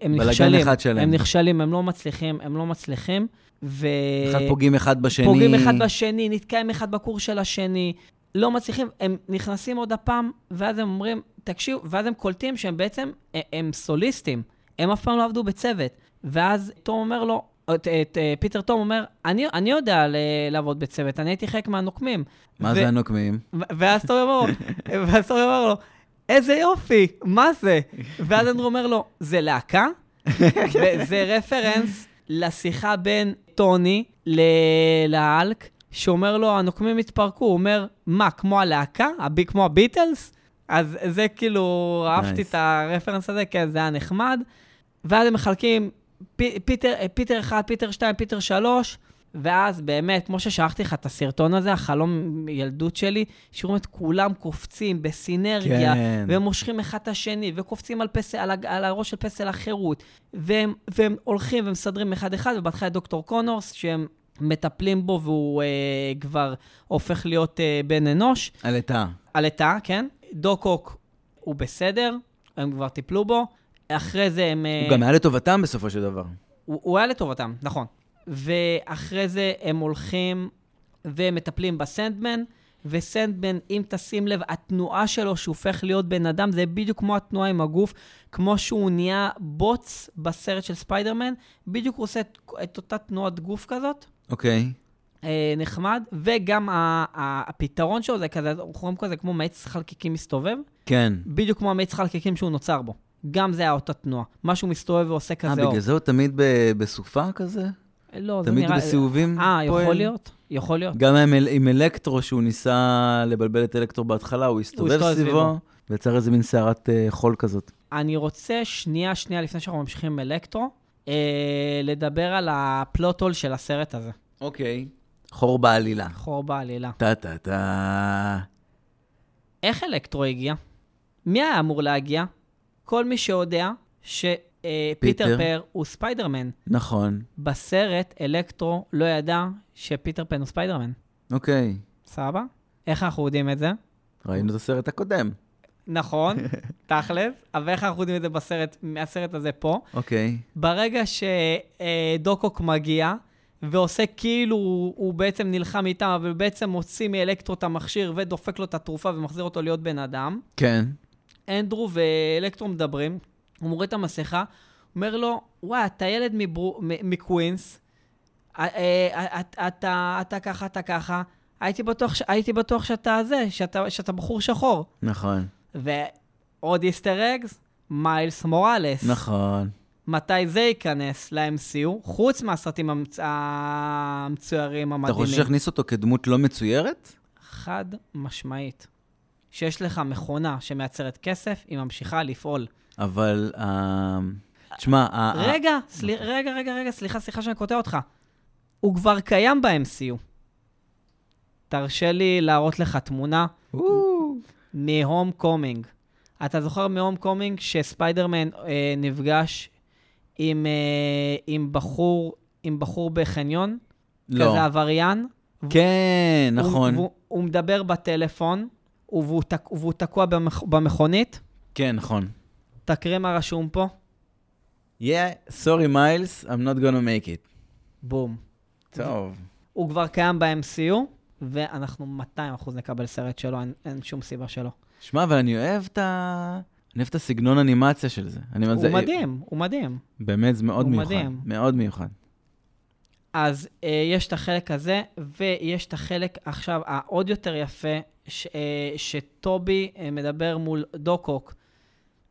והם בלגן נכשלים. אחד שלם. הם נכשלים, הם לא מצליחים, הם לא מצליחים, ו... אחד פוגעים אחד בשני. פוגעים אחד בשני, נתקעים אחד בקור של השני, לא מצליחים, הם נכנסים עוד הפעם, ואז הם אומרים, תקשיב, ואז הם קולטים שהם בעצם, הם, הם סוליסטים. הם אף פעם לא עבדו בצוות. ואז תום אומר לו, את, את, אה, פיטר תום אומר, אני, אני יודע ל- לעבוד בצוות, אני הייתי חלק מהנוקמים. מה ו- זה הנוקמים? ו- ואז תומר אומר לו, ואז תומר אומר לו, איזה יופי, מה זה? ואז אנדרו אומר לו, זה להקה? וזה רפרנס לשיחה בין טוני ל- לאלק, שאומר לו, הנוקמים התפרקו, הוא אומר, מה, כמו הלהקה? הבי, כמו הביטלס? אז זה כאילו, אהבתי Nice. את הרפרנס הזה, כן, זה היה נחמד. ואז הם מחלקים פ- פיטר, אה, פיטר 1, פיטר 2, פיטר 3, ואז באמת, כמו ששלחתי לך את הסרטון הזה, החלום ילדות שלי, שרואים את כולם קופצים בסינרגיה, כן. והם מושכים אחד את השני, וקופצים על, פסל, על, הג- על הראש של פסל החירות, והם, והם הולכים ומסדרים אחד-אחד, ובהתחלה דוקטור קונורס, שהם מטפלים בו, והוא אה, כבר הופך להיות אה, בן אנוש. עלתה. עלתה, כן? דוקוק הוא בסדר, הם כבר טיפלו בו. אחרי זה הם... אה, הוא גם היה לטובתם בסופו של דבר. הוא, הוא היה לטובתם, נכון. ואחרי זה הם הולכים ומטפלים בסנדמן, וסנדמן, אם תשים לב, התנועה שלו שהוא הופך להיות בן אדם, זה בדיוק כמו התנועה עם הגוף, כמו שהוא נהיה בוץ בסרט של ספיידרמן, בדיוק הוא עושה את, את אותה תנועת גוף כזאת. אוקיי. אה, נחמד, וגם ה, ה, הפתרון שלו זה כזה, אנחנו קוראים כזה כמו מאיץ חלקיקים מסתובב, כן. בדיוק כמו המאיץ חלקיקים שהוא נוצר בו. גם זה היה אותה תנועה. משהו מסתובב ועושה אה, כזה אור. בגלל זה הוא תמיד ב- בסופה כזה? לא, זה תמיד נראה... בסיבובים? אה, יכול פועל? להיות, יכול להיות. גם עם, אל- עם אלקטרו, שהוא ניסה לבלבל את אלקטרו בהתחלה, הוא הסתובב הסתובב סביבו. סביבו, ויצר איזה מין סערת אה, חול כזאת. אני רוצה שנייה, שנייה לפני שאנחנו ממשיכים עם אלקטרו, אה, לדבר על הפלוטול של הסרט הזה. אוקיי. חור בעלילה. חור בעלילה. טה-טה-טה. איך אלקטרו הגיע? מי היה אמור להגיע? כל מי שיודע שפיטר אה, פיטר פיטר. פר הוא ספיידרמן. נכון. בסרט אלקטרו לא ידע שפיטר פן הוא ספיידרמן. אוקיי. סבבה? איך אנחנו יודעים את זה? ראינו את הסרט הקודם. נכון, תכל'ס, אבל איך אנחנו יודעים את זה בסרט, מהסרט הזה פה? אוקיי. ברגע שדוקוק מגיע ועושה כאילו הוא, הוא בעצם נלחם איתם, אבל בעצם מוציא מאלקטרו את המכשיר ודופק לו את התרופה ומחזיר אותו להיות בן אדם, כן. אנדרו ואלקטרו מדברים, הוא מוריד את המסכה, אומר לו, וואי, אתה ילד מבר... מ- מקווינס, אה, אה, אתה- אתה אתה ככה, אתה ככה, הייתי בטוח, ש- הייתי בטוח שאתה זה, שאתה, שאתה בחור שחור. נכון. ועוד איסטר אגס, מיילס מוראלס. נכון. מתי זה ייכנס ל-MCU, חוץ מהסרטים המצ... המצוירים אתה המדהימים. חושב שהכניס אותו כדמות לא מצוירת? חד משמעית. שיש לך מכונה שמייצרת כסף, היא ממשיכה לפעול. אבל... אה, תשמע, ה- ה- רגע, סלי... אוקיי. רגע, רגע, רגע, סליחה, סליחה שאני קוטע אותך. הוא כבר קיים ב-MCU. תרשה לי להראות לך תמונה מהום קומינג. אתה זוכר מהום קומינג שספיידרמן אה, נפגש עם, אה, עם, בחור, עם בחור בחניון? לא. כזה עבריין. כן, נכון. הוא, הוא, הוא מדבר בטלפון, הוא- והוא, תק, והוא תקוע במכ, במכונית. כן, נכון. תקריא מה רשום פה, Yeah, sorry מיילס, I'm not gonna make it. בום. טוב. הוא כבר קיים ב-MCU, ואנחנו 200% נקבל סרט שלו, אין, אין שום סיבה שלא. שמע, אבל אני אוהב את ה... אני אוהב את הסגנון אנימציה של זה. אני אומר, הוא זה- מדהים, הוא מדהים. באמת, זה מאוד הוא מיוחד. מדהים. מאוד מיוחד. אז אה, יש את החלק הזה, ויש את החלק עכשיו העוד יותר יפה, ש, אה, שטובי אה, מדבר מול דוקוק.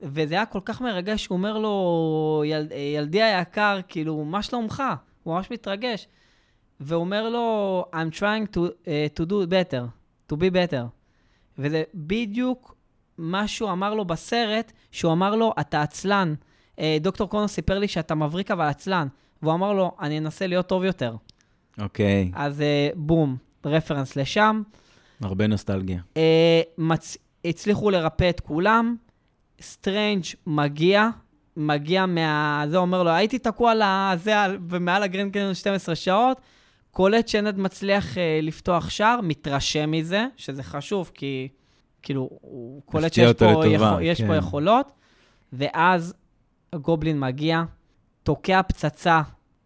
וזה היה כל כך מרגש, הוא אומר לו, יל, אה, ילדי היקר, כאילו, מה שלומך? הוא ממש מתרגש. והוא אומר לו, I'm trying to, אה, to do better, to be better. וזה בדיוק מה שהוא אמר לו בסרט, שהוא אמר לו, אתה עצלן. אה, דוקטור קונו סיפר לי שאתה מבריק אבל עצלן. והוא אמר לו, אני אנסה להיות טוב יותר. אוקיי, אז אה, בום, רפרנס לשם. הרבה נוסטלגיה. אה, מצ... הצליחו לרפא את כולם. סטרנג' מגיע, מגיע מה... זה אומר לו, הייתי תקוע על ה... זה, על- ומעל הגרנד קניון 12 שעות. קולט שנד מצליח אה, לפתוח שער, מתרשם מזה, שזה חשוב, כי כאילו, הוא קולט הפתיע שיש אותו פה, לטובה, יכול... יש פה כן. יכולות. ואז גובלין מגיע, תוקע פצצה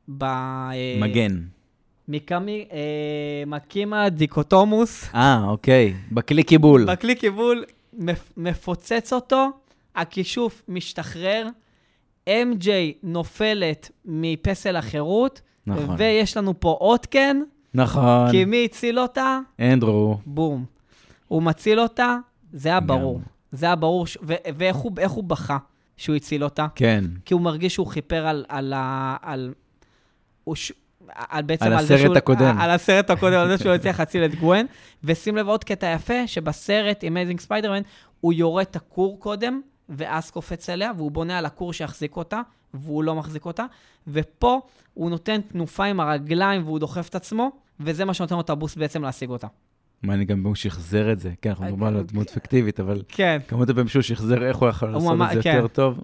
ב... אה, מגן. מקמי, אה, מקימה דיקוטומוס, אה, אוקיי, בכלי קיבול. בכלי קיבול, מפ- מפוצץ אותו, הכישוף משתחרר, MJ נופלת מפסל החירות, נכון. ויש לנו פה אוטקן, נכון, כי מי הציל אותה? אנדרו. בום. הוא מציל אותה, זה היה ברור. גם. זה היה ברור, ש... ו- ואיך הוא, איך הוא בכה שהוא הציל אותה? כן, כי הוא מרגיש שהוא חיפר על... על, ה- על, הוא ש... על בעצם... על זה הסרט שהוא- הקודם. על הסרט הקודם, על זה שהוא לא הצליח להציל את גווין. ושים לב עוד קטע יפה, שבסרט, אמייזינג ספיידרמן, הוא יורה את הכור קודם, ואז קופץ אליה, והוא בונה על הכור שיחזיק אותה, והוא לא מחזיק אותה. ופה הוא נותן תנופה עם הרגליים, וההו דוחף את עצמו, וזה מה שנותן לו את הבוסט בעצם להשיג אותה. מה, אני גם, הוא שחזר את זה. כן, אנחנו אה, מדברים על כן. דמות פיקטיבית, אבל כן. כמות הפעמים שהוא שחזר, איך הוא יכול הוא לעשות אמר- את זה כן. יותר טוב?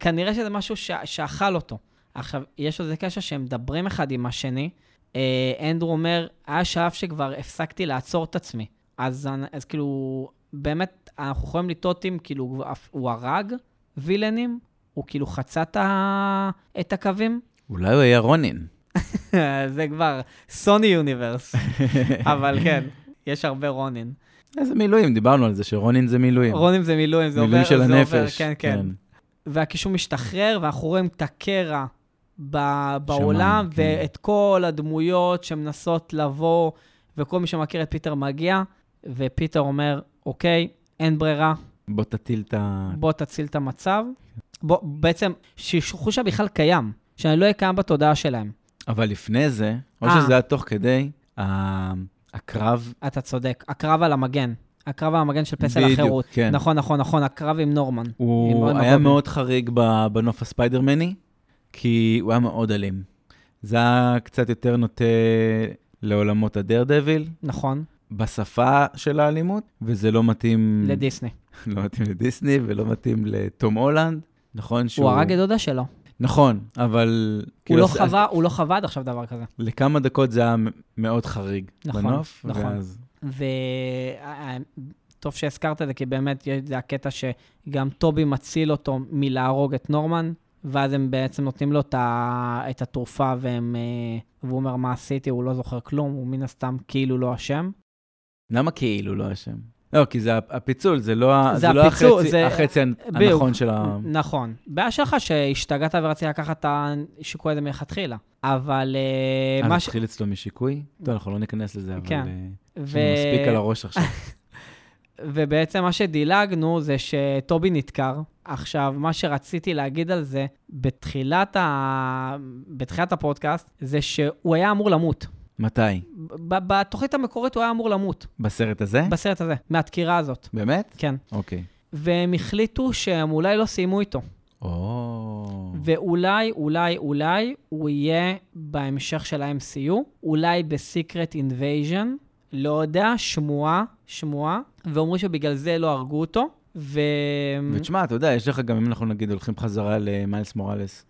כנראה שזה משהו ש... שאכל אותו. עכשיו, יש לזה קשר שהם מדברים אחד עם השני. אה, אנדרו אומר, היה שלב שכבר הפסקתי לעצור את עצמי. אז, אנ- אז כאילו, באמת, אנחנו יכולים לטעות אם כאילו הוא אף- הוא הרג וילנים, הוא כאילו חצה את, ה... את הקווים. אולי הוא היה רונין. זה כבר סוני יוניברס, אבל כן, יש הרבה רונין. איזה מילואים, דיברנו על זה, שרונין זה מילואים. רונים זה מילואים, זה עובר, כן. מילואים של זה עובר, הנפש. כן, כן. והקישור משתחרר, ואנחנו רואים את הקרע ב- בעולם, כן. ואת כל הדמויות שמנסות לבוא, וכל מי שמכיר את פיטר מגיע, ופיטר אומר, אוקיי, אין ברירה, בוא תטיל את ה... בוא תציל את המצב. בוא, בעצם, ששכחו שבכלל קיים, שאני לא אהיה קיים בתודעה שלהם. אבל לפני זה, או אה. שזה היה תוך כדי, ה- הקרב... אתה צודק, הקרב על המגן, הקרב על המגן של פסל בדיוק, החירות. כן. נכון, נכון, נכון, הקרב עם נורמן. עם הוא רון היה מקובי. מאוד חריג ב- בנוף הספיידרמני, כי הוא היה מאוד אלים. זה היה קצת יותר נוטה לעולמות הדר דביל, נכון, בשפה של האלימות, וזה לא מתאים... לדיסני. לא מתאים לדיסני ולא מתאים לתום הולנד. נכון שהוא... הוא הרג את דודה שלו. נכון, אבל... הוא כאילו, לא אז- אז חווה- הוא לא חווה עד עכשיו דבר כזה. לכמה דקות זה היה מ- מאוד חריג נכון, בנוף. נכון. ואז- וטוב שהזכרת את זה, כי באמת יש- זה הקטע שגם טובי מציל אותו מלהרוג את נורמן, ואז הם בעצם נותנים לו את, ה... את התרופה, והם... אה, והוא אומר, מה עשיתי? הוא לא זוכר כלום, הוא מן הסתם כאילו לא אשם. למה כאילו לא אשם? לא, כי זה הפ- הפיצול, זה לא, ה- זה זה לא הפיצול, החצי, זה- אה, החצי הנ- בדיוק. הנכון של ה... נכון. בעיה שלך שהשתגעת ורצית לקחת את השיקוי הזה מלכתחילה. אבל אה, אה, מה זה התחיל אצלו משיקוי? טוב, אנחנו לא ניכנס לזה, אבל... כן. כן. ו- מספיק על הראש עכשיו. ובעצם מה שדילגנו זה שטובי נדקר. עכשיו, מה שרציתי להגיד על זה בתחילת, ה... בתחילת הפודקאסט, זה שהוא היה אמור למות. מתי? ב- בתוכנית המקורית הוא היה אמור למות, בסרט הזה? בסרט הזה, מהדקירה הזאת, באמת? כן. אוקיי. והם החליטו שהם אולי לא סיימו איתו, או... ואולי, אולי, אולי הוא יהיה בהמשך של ה-MCU, אולי בסיקרט אינבייז'ן, לא יודע, שמועה, שמועה, ואומרים שבגלל זה לא הרגו אותו, ו... ותשמע, אתה יודע, יש לך גם, אם אנחנו נגיד הולכים חזרה למיילס מוראלס,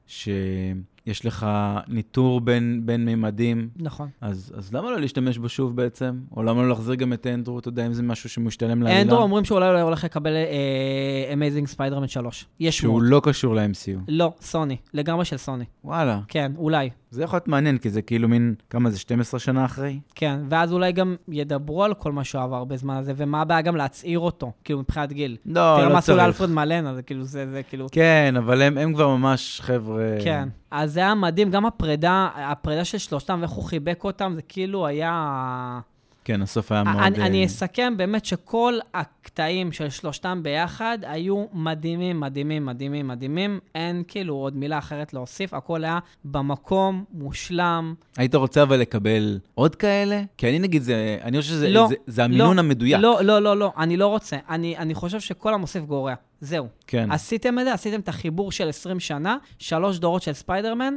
שיש לך ניטור בין, בין מימדים, נכון. אז, אז למה לא להשתמש בו שוב בעצם? או למה לא להחזיר גם את אנדרו, אתה יודע, אם זה משהו שמשתלם לעלילה? אנדרו אומרים שאולי הוא הולך לקבל אה, אמייזינג ספיידרמן 3. יש שהוא שמות. לא קשור ל-MCU. לא, סוני, לגמרי של סוני. וואלה, כן, אולי. זה יכול להיות מעניין, כי זה כאילו מין, כמה זה, 12 שנה אחרי? כן, ואז אולי גם ידברו על כל מה שהוא עבר בזמן הזה, ומה הבעיה גם להצעיר אותו, כאילו, מבחינת גיל. לא, תראה מה לא עשו צריך. לאלפרד מלנה, זה כאילו, זה, זה כאילו... כן, אבל הם, הם כבר ממש חבר'ה... כן. אז זה היה מדהים, גם הפרידה, הפרידה של שלושתם, ואיך הוא חיבק אותם, זה כאילו היה... כן, הסוף היה מאוד... אני, אה, אני אסכם באמת שכל הקטעים של שלושתם ביחד היו מדהימים, מדהימים, מדהימים, מדהימים. אין כאילו עוד מילה אחרת להוסיף, הכל היה במקום, מושלם. היית רוצה אבל לקבל עוד כאלה? כי אני נגיד, זה, אני חושב שזה לא, זה, זה המינון לא, המדויק. לא, לא, לא, לא, אני לא רוצה. אני, אני חושב שכל המוסיף גורע. זהו. כן. עשיתם את זה, עשיתם את החיבור של 20 שנה, שלוש דורות של ספיידרמן,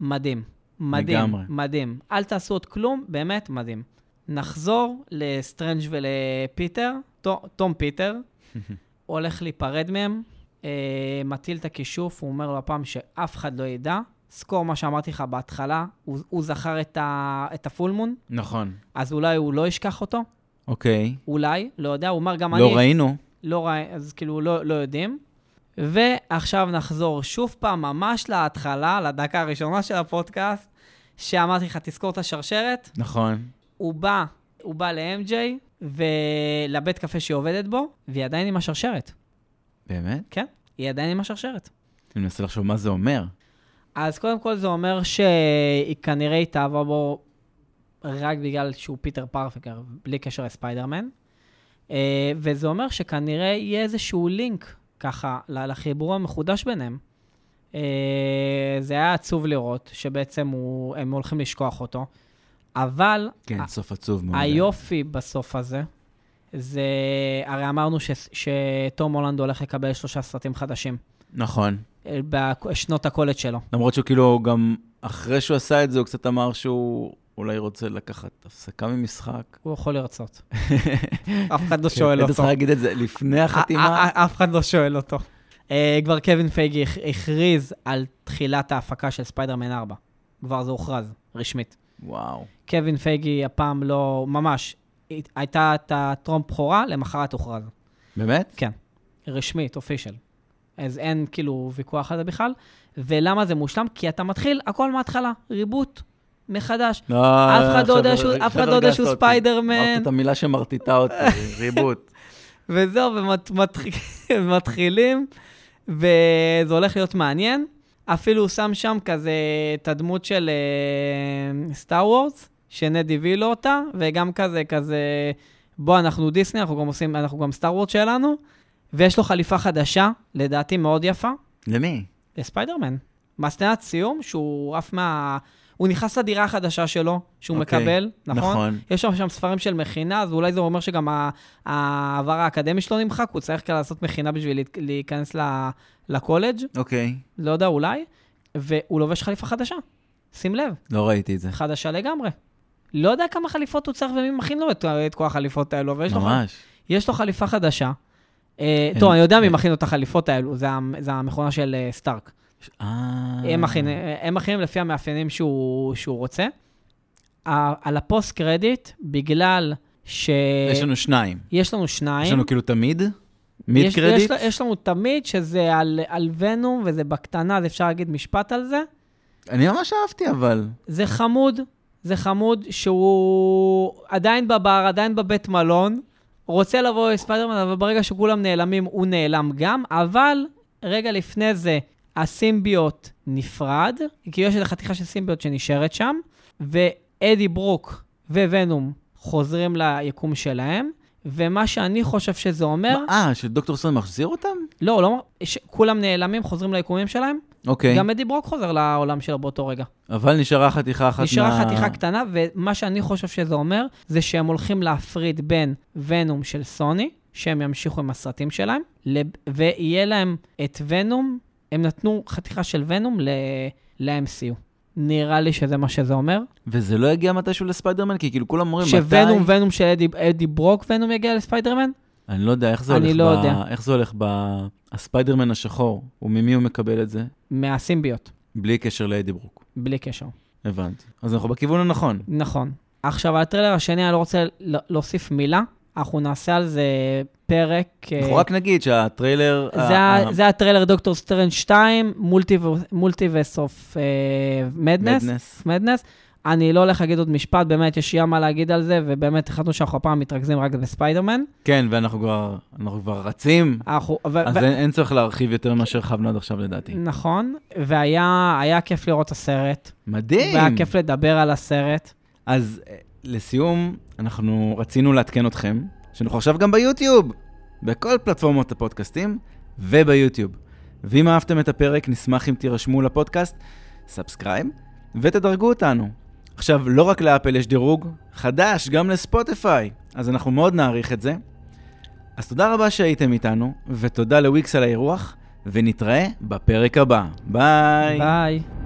מדהים. מדהים, לגמרי. מדהים. אל תעשו עוד כלום, באמת מדהים. נחזור לסטרנג' ולפיטר, טו- תום פיטר, הולך להיפרד מהם, אה, מטיל את הכישוף, הוא אומר לו הפעם שאף אחד לא ידע. זכור מה שאמרתי לך בהתחלה, הוא, הוא זכר את, ה, את הפולמון, נכון. אז אולי הוא לא ישכח אותו, אוקיי. אולי, לא יודע, הוא אמר גם אני... לא ראינו. לא ראי, אז כאילו לא, לא יודעים. ועכשיו נחזור שוב פעם, ממש להתחלה, לדקה הראשונה של הפודקאסט, שאמרתי לך, תזכור את השרשרת. נכון. הוא בא, הוא בא ל-MJ ולבית קפה שהיא עובדת בו, והיא עדיין עם השרשרת, באמת? כן? היא עדיין עם השרשרת. אני מנסה לחשוב מה זה אומר. אז קודם כל זה אומר שהיא כנראה התאהבה בו רק בגלל שהוא פיטר פרפקר, בלי קשר לספיידרמן. אה, וזה אומר שכנראה יהיה איזשהו לינק ככה ל- לחיבור המחודש ביניהם. אה, זה היה עצוב לראות שבעצם הוא, הם הולכים לשכוח אותו, אבל כן, סוף עצוב מאוד. היופי בסוף הזה, זה, הרי אמרנו ש, שתום הולנד הולך לקבל שלושה סרטים חדשים נכון. אה, בשנות הקולט שלו. למרות שהוא כאילו גם, אחרי שהוא עשה את זה, הוא קצת אמר שהוא אולי רוצה לקחת הפסקה ממשחק. הוא יכול לרצות. אף אחד לא שואל היית אותו. צריך להגיד את זה לפני החתימה. א- א- א- אף אחד לא שואל אותו. אה, כבר קווין פייגי הכ- הכריז על תחילת ההפקה של ספיידרמן 4. כבר זה הוכרז, רשמית. וואו. קווין פייגי הפעם לא, ממש, הי- הייתה את הטרום בכורה, למחרת הוכרז. באמת? רשמית, אופישל. אז אין כאילו ויכוח על זה בכלל. ולמה זה מושלם? כי אתה מתחיל הכל מההתחלה, ריבוט, מחדש. אף אף אחד אה, לא יודע שהוא- אף אחד לא יודע שהוא ספיידרמן. אמרת את המילה שמרטיטה אותי, ריבוט. וזהו, ומתחילים, וזה הולך להיות מעניין. אפילו הוא שם שם כזה את הדמות של אה, סטאר וורס, שנד הביא לו אותה, וגם כזה, כזה, בוא, אנחנו דיסני, אנחנו גם עושים, אנחנו גם סטאר וורס שלנו, ויש לו חליפה חדשה, לדעתי מאוד יפה, למי? לספיידרמן. מהסצנת סיום, שהוא עף מה... הוא נכנס לדירה החדשה שלו, שהוא אוקיי, מקבל, נכון? נכון. יש שם שם ספרים של מכינה, אז אולי זה אומר שגם ה- העבר האקדמי שלו נמחק, הוא צריך כאן לעשות מכינה בשביל להת- להיכנס ל- לקולג', אוקיי. לא יודע, אולי, והוא לובש חליפה חדשה. שים לב, לא ראיתי את זה. חדשה לגמרי. לא יודע כמה חליפות הוא צריך ומי מכין לו את, את כל החליפות האלו, אבל יש לו, ח- ממש. יש לו חליפה חדשה. אה, אין- טוב, אני יודע מי אין. מכין לו את החליפות האלו, זה, המ- זה המכונה של אה, סטארק. אה. הם מכינים, הם מכינים לפי המאפיינים שהוא, שהוא רוצה. ה- על הפוסט קרדיט, בגלל ש... יש לנו שניים. יש לנו שניים. יש לנו כאילו תמיד? מיד יש- קרדיט? יש, ל- יש לנו תמיד שזה על, על ונום, וזה בקטנה, אז אפשר להגיד משפט על זה. אני ממש אהבתי, אבל. זה חמוד, זה חמוד שהוא עדיין בבר, עדיין בבית מלון, רוצה לבוא לספיידרמן, אבל ברגע שכולם נעלמים, הוא נעלם גם, אבל רגע לפני זה, הסימביוט נפרד, כי יש איזו חתיכה של סימביוט שנשארת שם, ואדי ברוק וונום חוזרים ליקום שלהם, ומה שאני חושב שזה אומר... מה, אה, שדוקטור סון מחזיר אותם? לא, לא, ש... כולם נעלמים, חוזרים ליקומים שלהם. אוקיי. גם אדי ברוק חוזר לעולם שלו באותו רגע. אבל נשארה חתיכה אחת מה... נשארה חתיכה קטנה, ומה שאני חושב שזה אומר, זה שהם הולכים להפריד בין ונום של סוני, שהם ימשיכו עם הסרטים שלהם, לב... ויהיה להם את ונום, הם נתנו חתיכה של ונום ל... ל-MCU. נראה לי שזה מה שזה אומר. וזה לא יגיע מתישהו לספיידרמן? כי כאילו כולם אומרים, מתי... שוונום, ונום של אדי, אדי ברוק, ונום יגיע לספיידרמן? אני לא יודע איך זה אני הולך. לא ב... יודע. איך זה הולך ב... הספיידרמן השחור, וממי הוא מקבל את זה? מהסימביות, בלי קשר לאדי ברוק. בלי קשר. הבנתי. אז אנחנו בכיוון הנכון. נכון. עכשיו, על הטריילר השני, אני לא רוצה ל- להוסיף מילה. אנחנו נעשה על זה פרק... אה, אנחנו רק אה, נגיד שהטריילר... זה ה- זה הטריילר דוקטור סטרנד 2, מולטיברס אוף אה, מדנס. מדנס. מדנס. אני לא הולך להגיד עוד משפט, באמת יש ים מה להגיד על זה, ובאמת החלטנו שאנחנו הפעם מתרכזים רק בספיידרמן. כן, ואנחנו כבר, אנחנו כבר רצים, אנחנו- ו- אז ו- אין, אין צורך להרחיב יותר ממה שהרחבנו עד עכשיו לדעתי. נכון, והיה היה כיף לראות את הסרט, מדהים! והיה כיף לדבר על הסרט. אז אה, לסיום, אנחנו רצינו לעדכן אתכם, שאנחנו עכשיו גם ביוטיוב, בכל פלטפורמות הפודקאסטים וביוטיוב. ואם אהבתם את הפרק, נשמח אם תירשמו לפודקאסט, סאבסקרייב, ותדרגו אותנו. עכשיו, לא רק לאפל יש דירוג, חדש, גם לספוטיפיי, אז אנחנו מאוד נעריך את זה. אז תודה רבה שהייתם איתנו, ותודה לוויקס על האירוח, ונתראה בפרק הבא. ביי! ביי.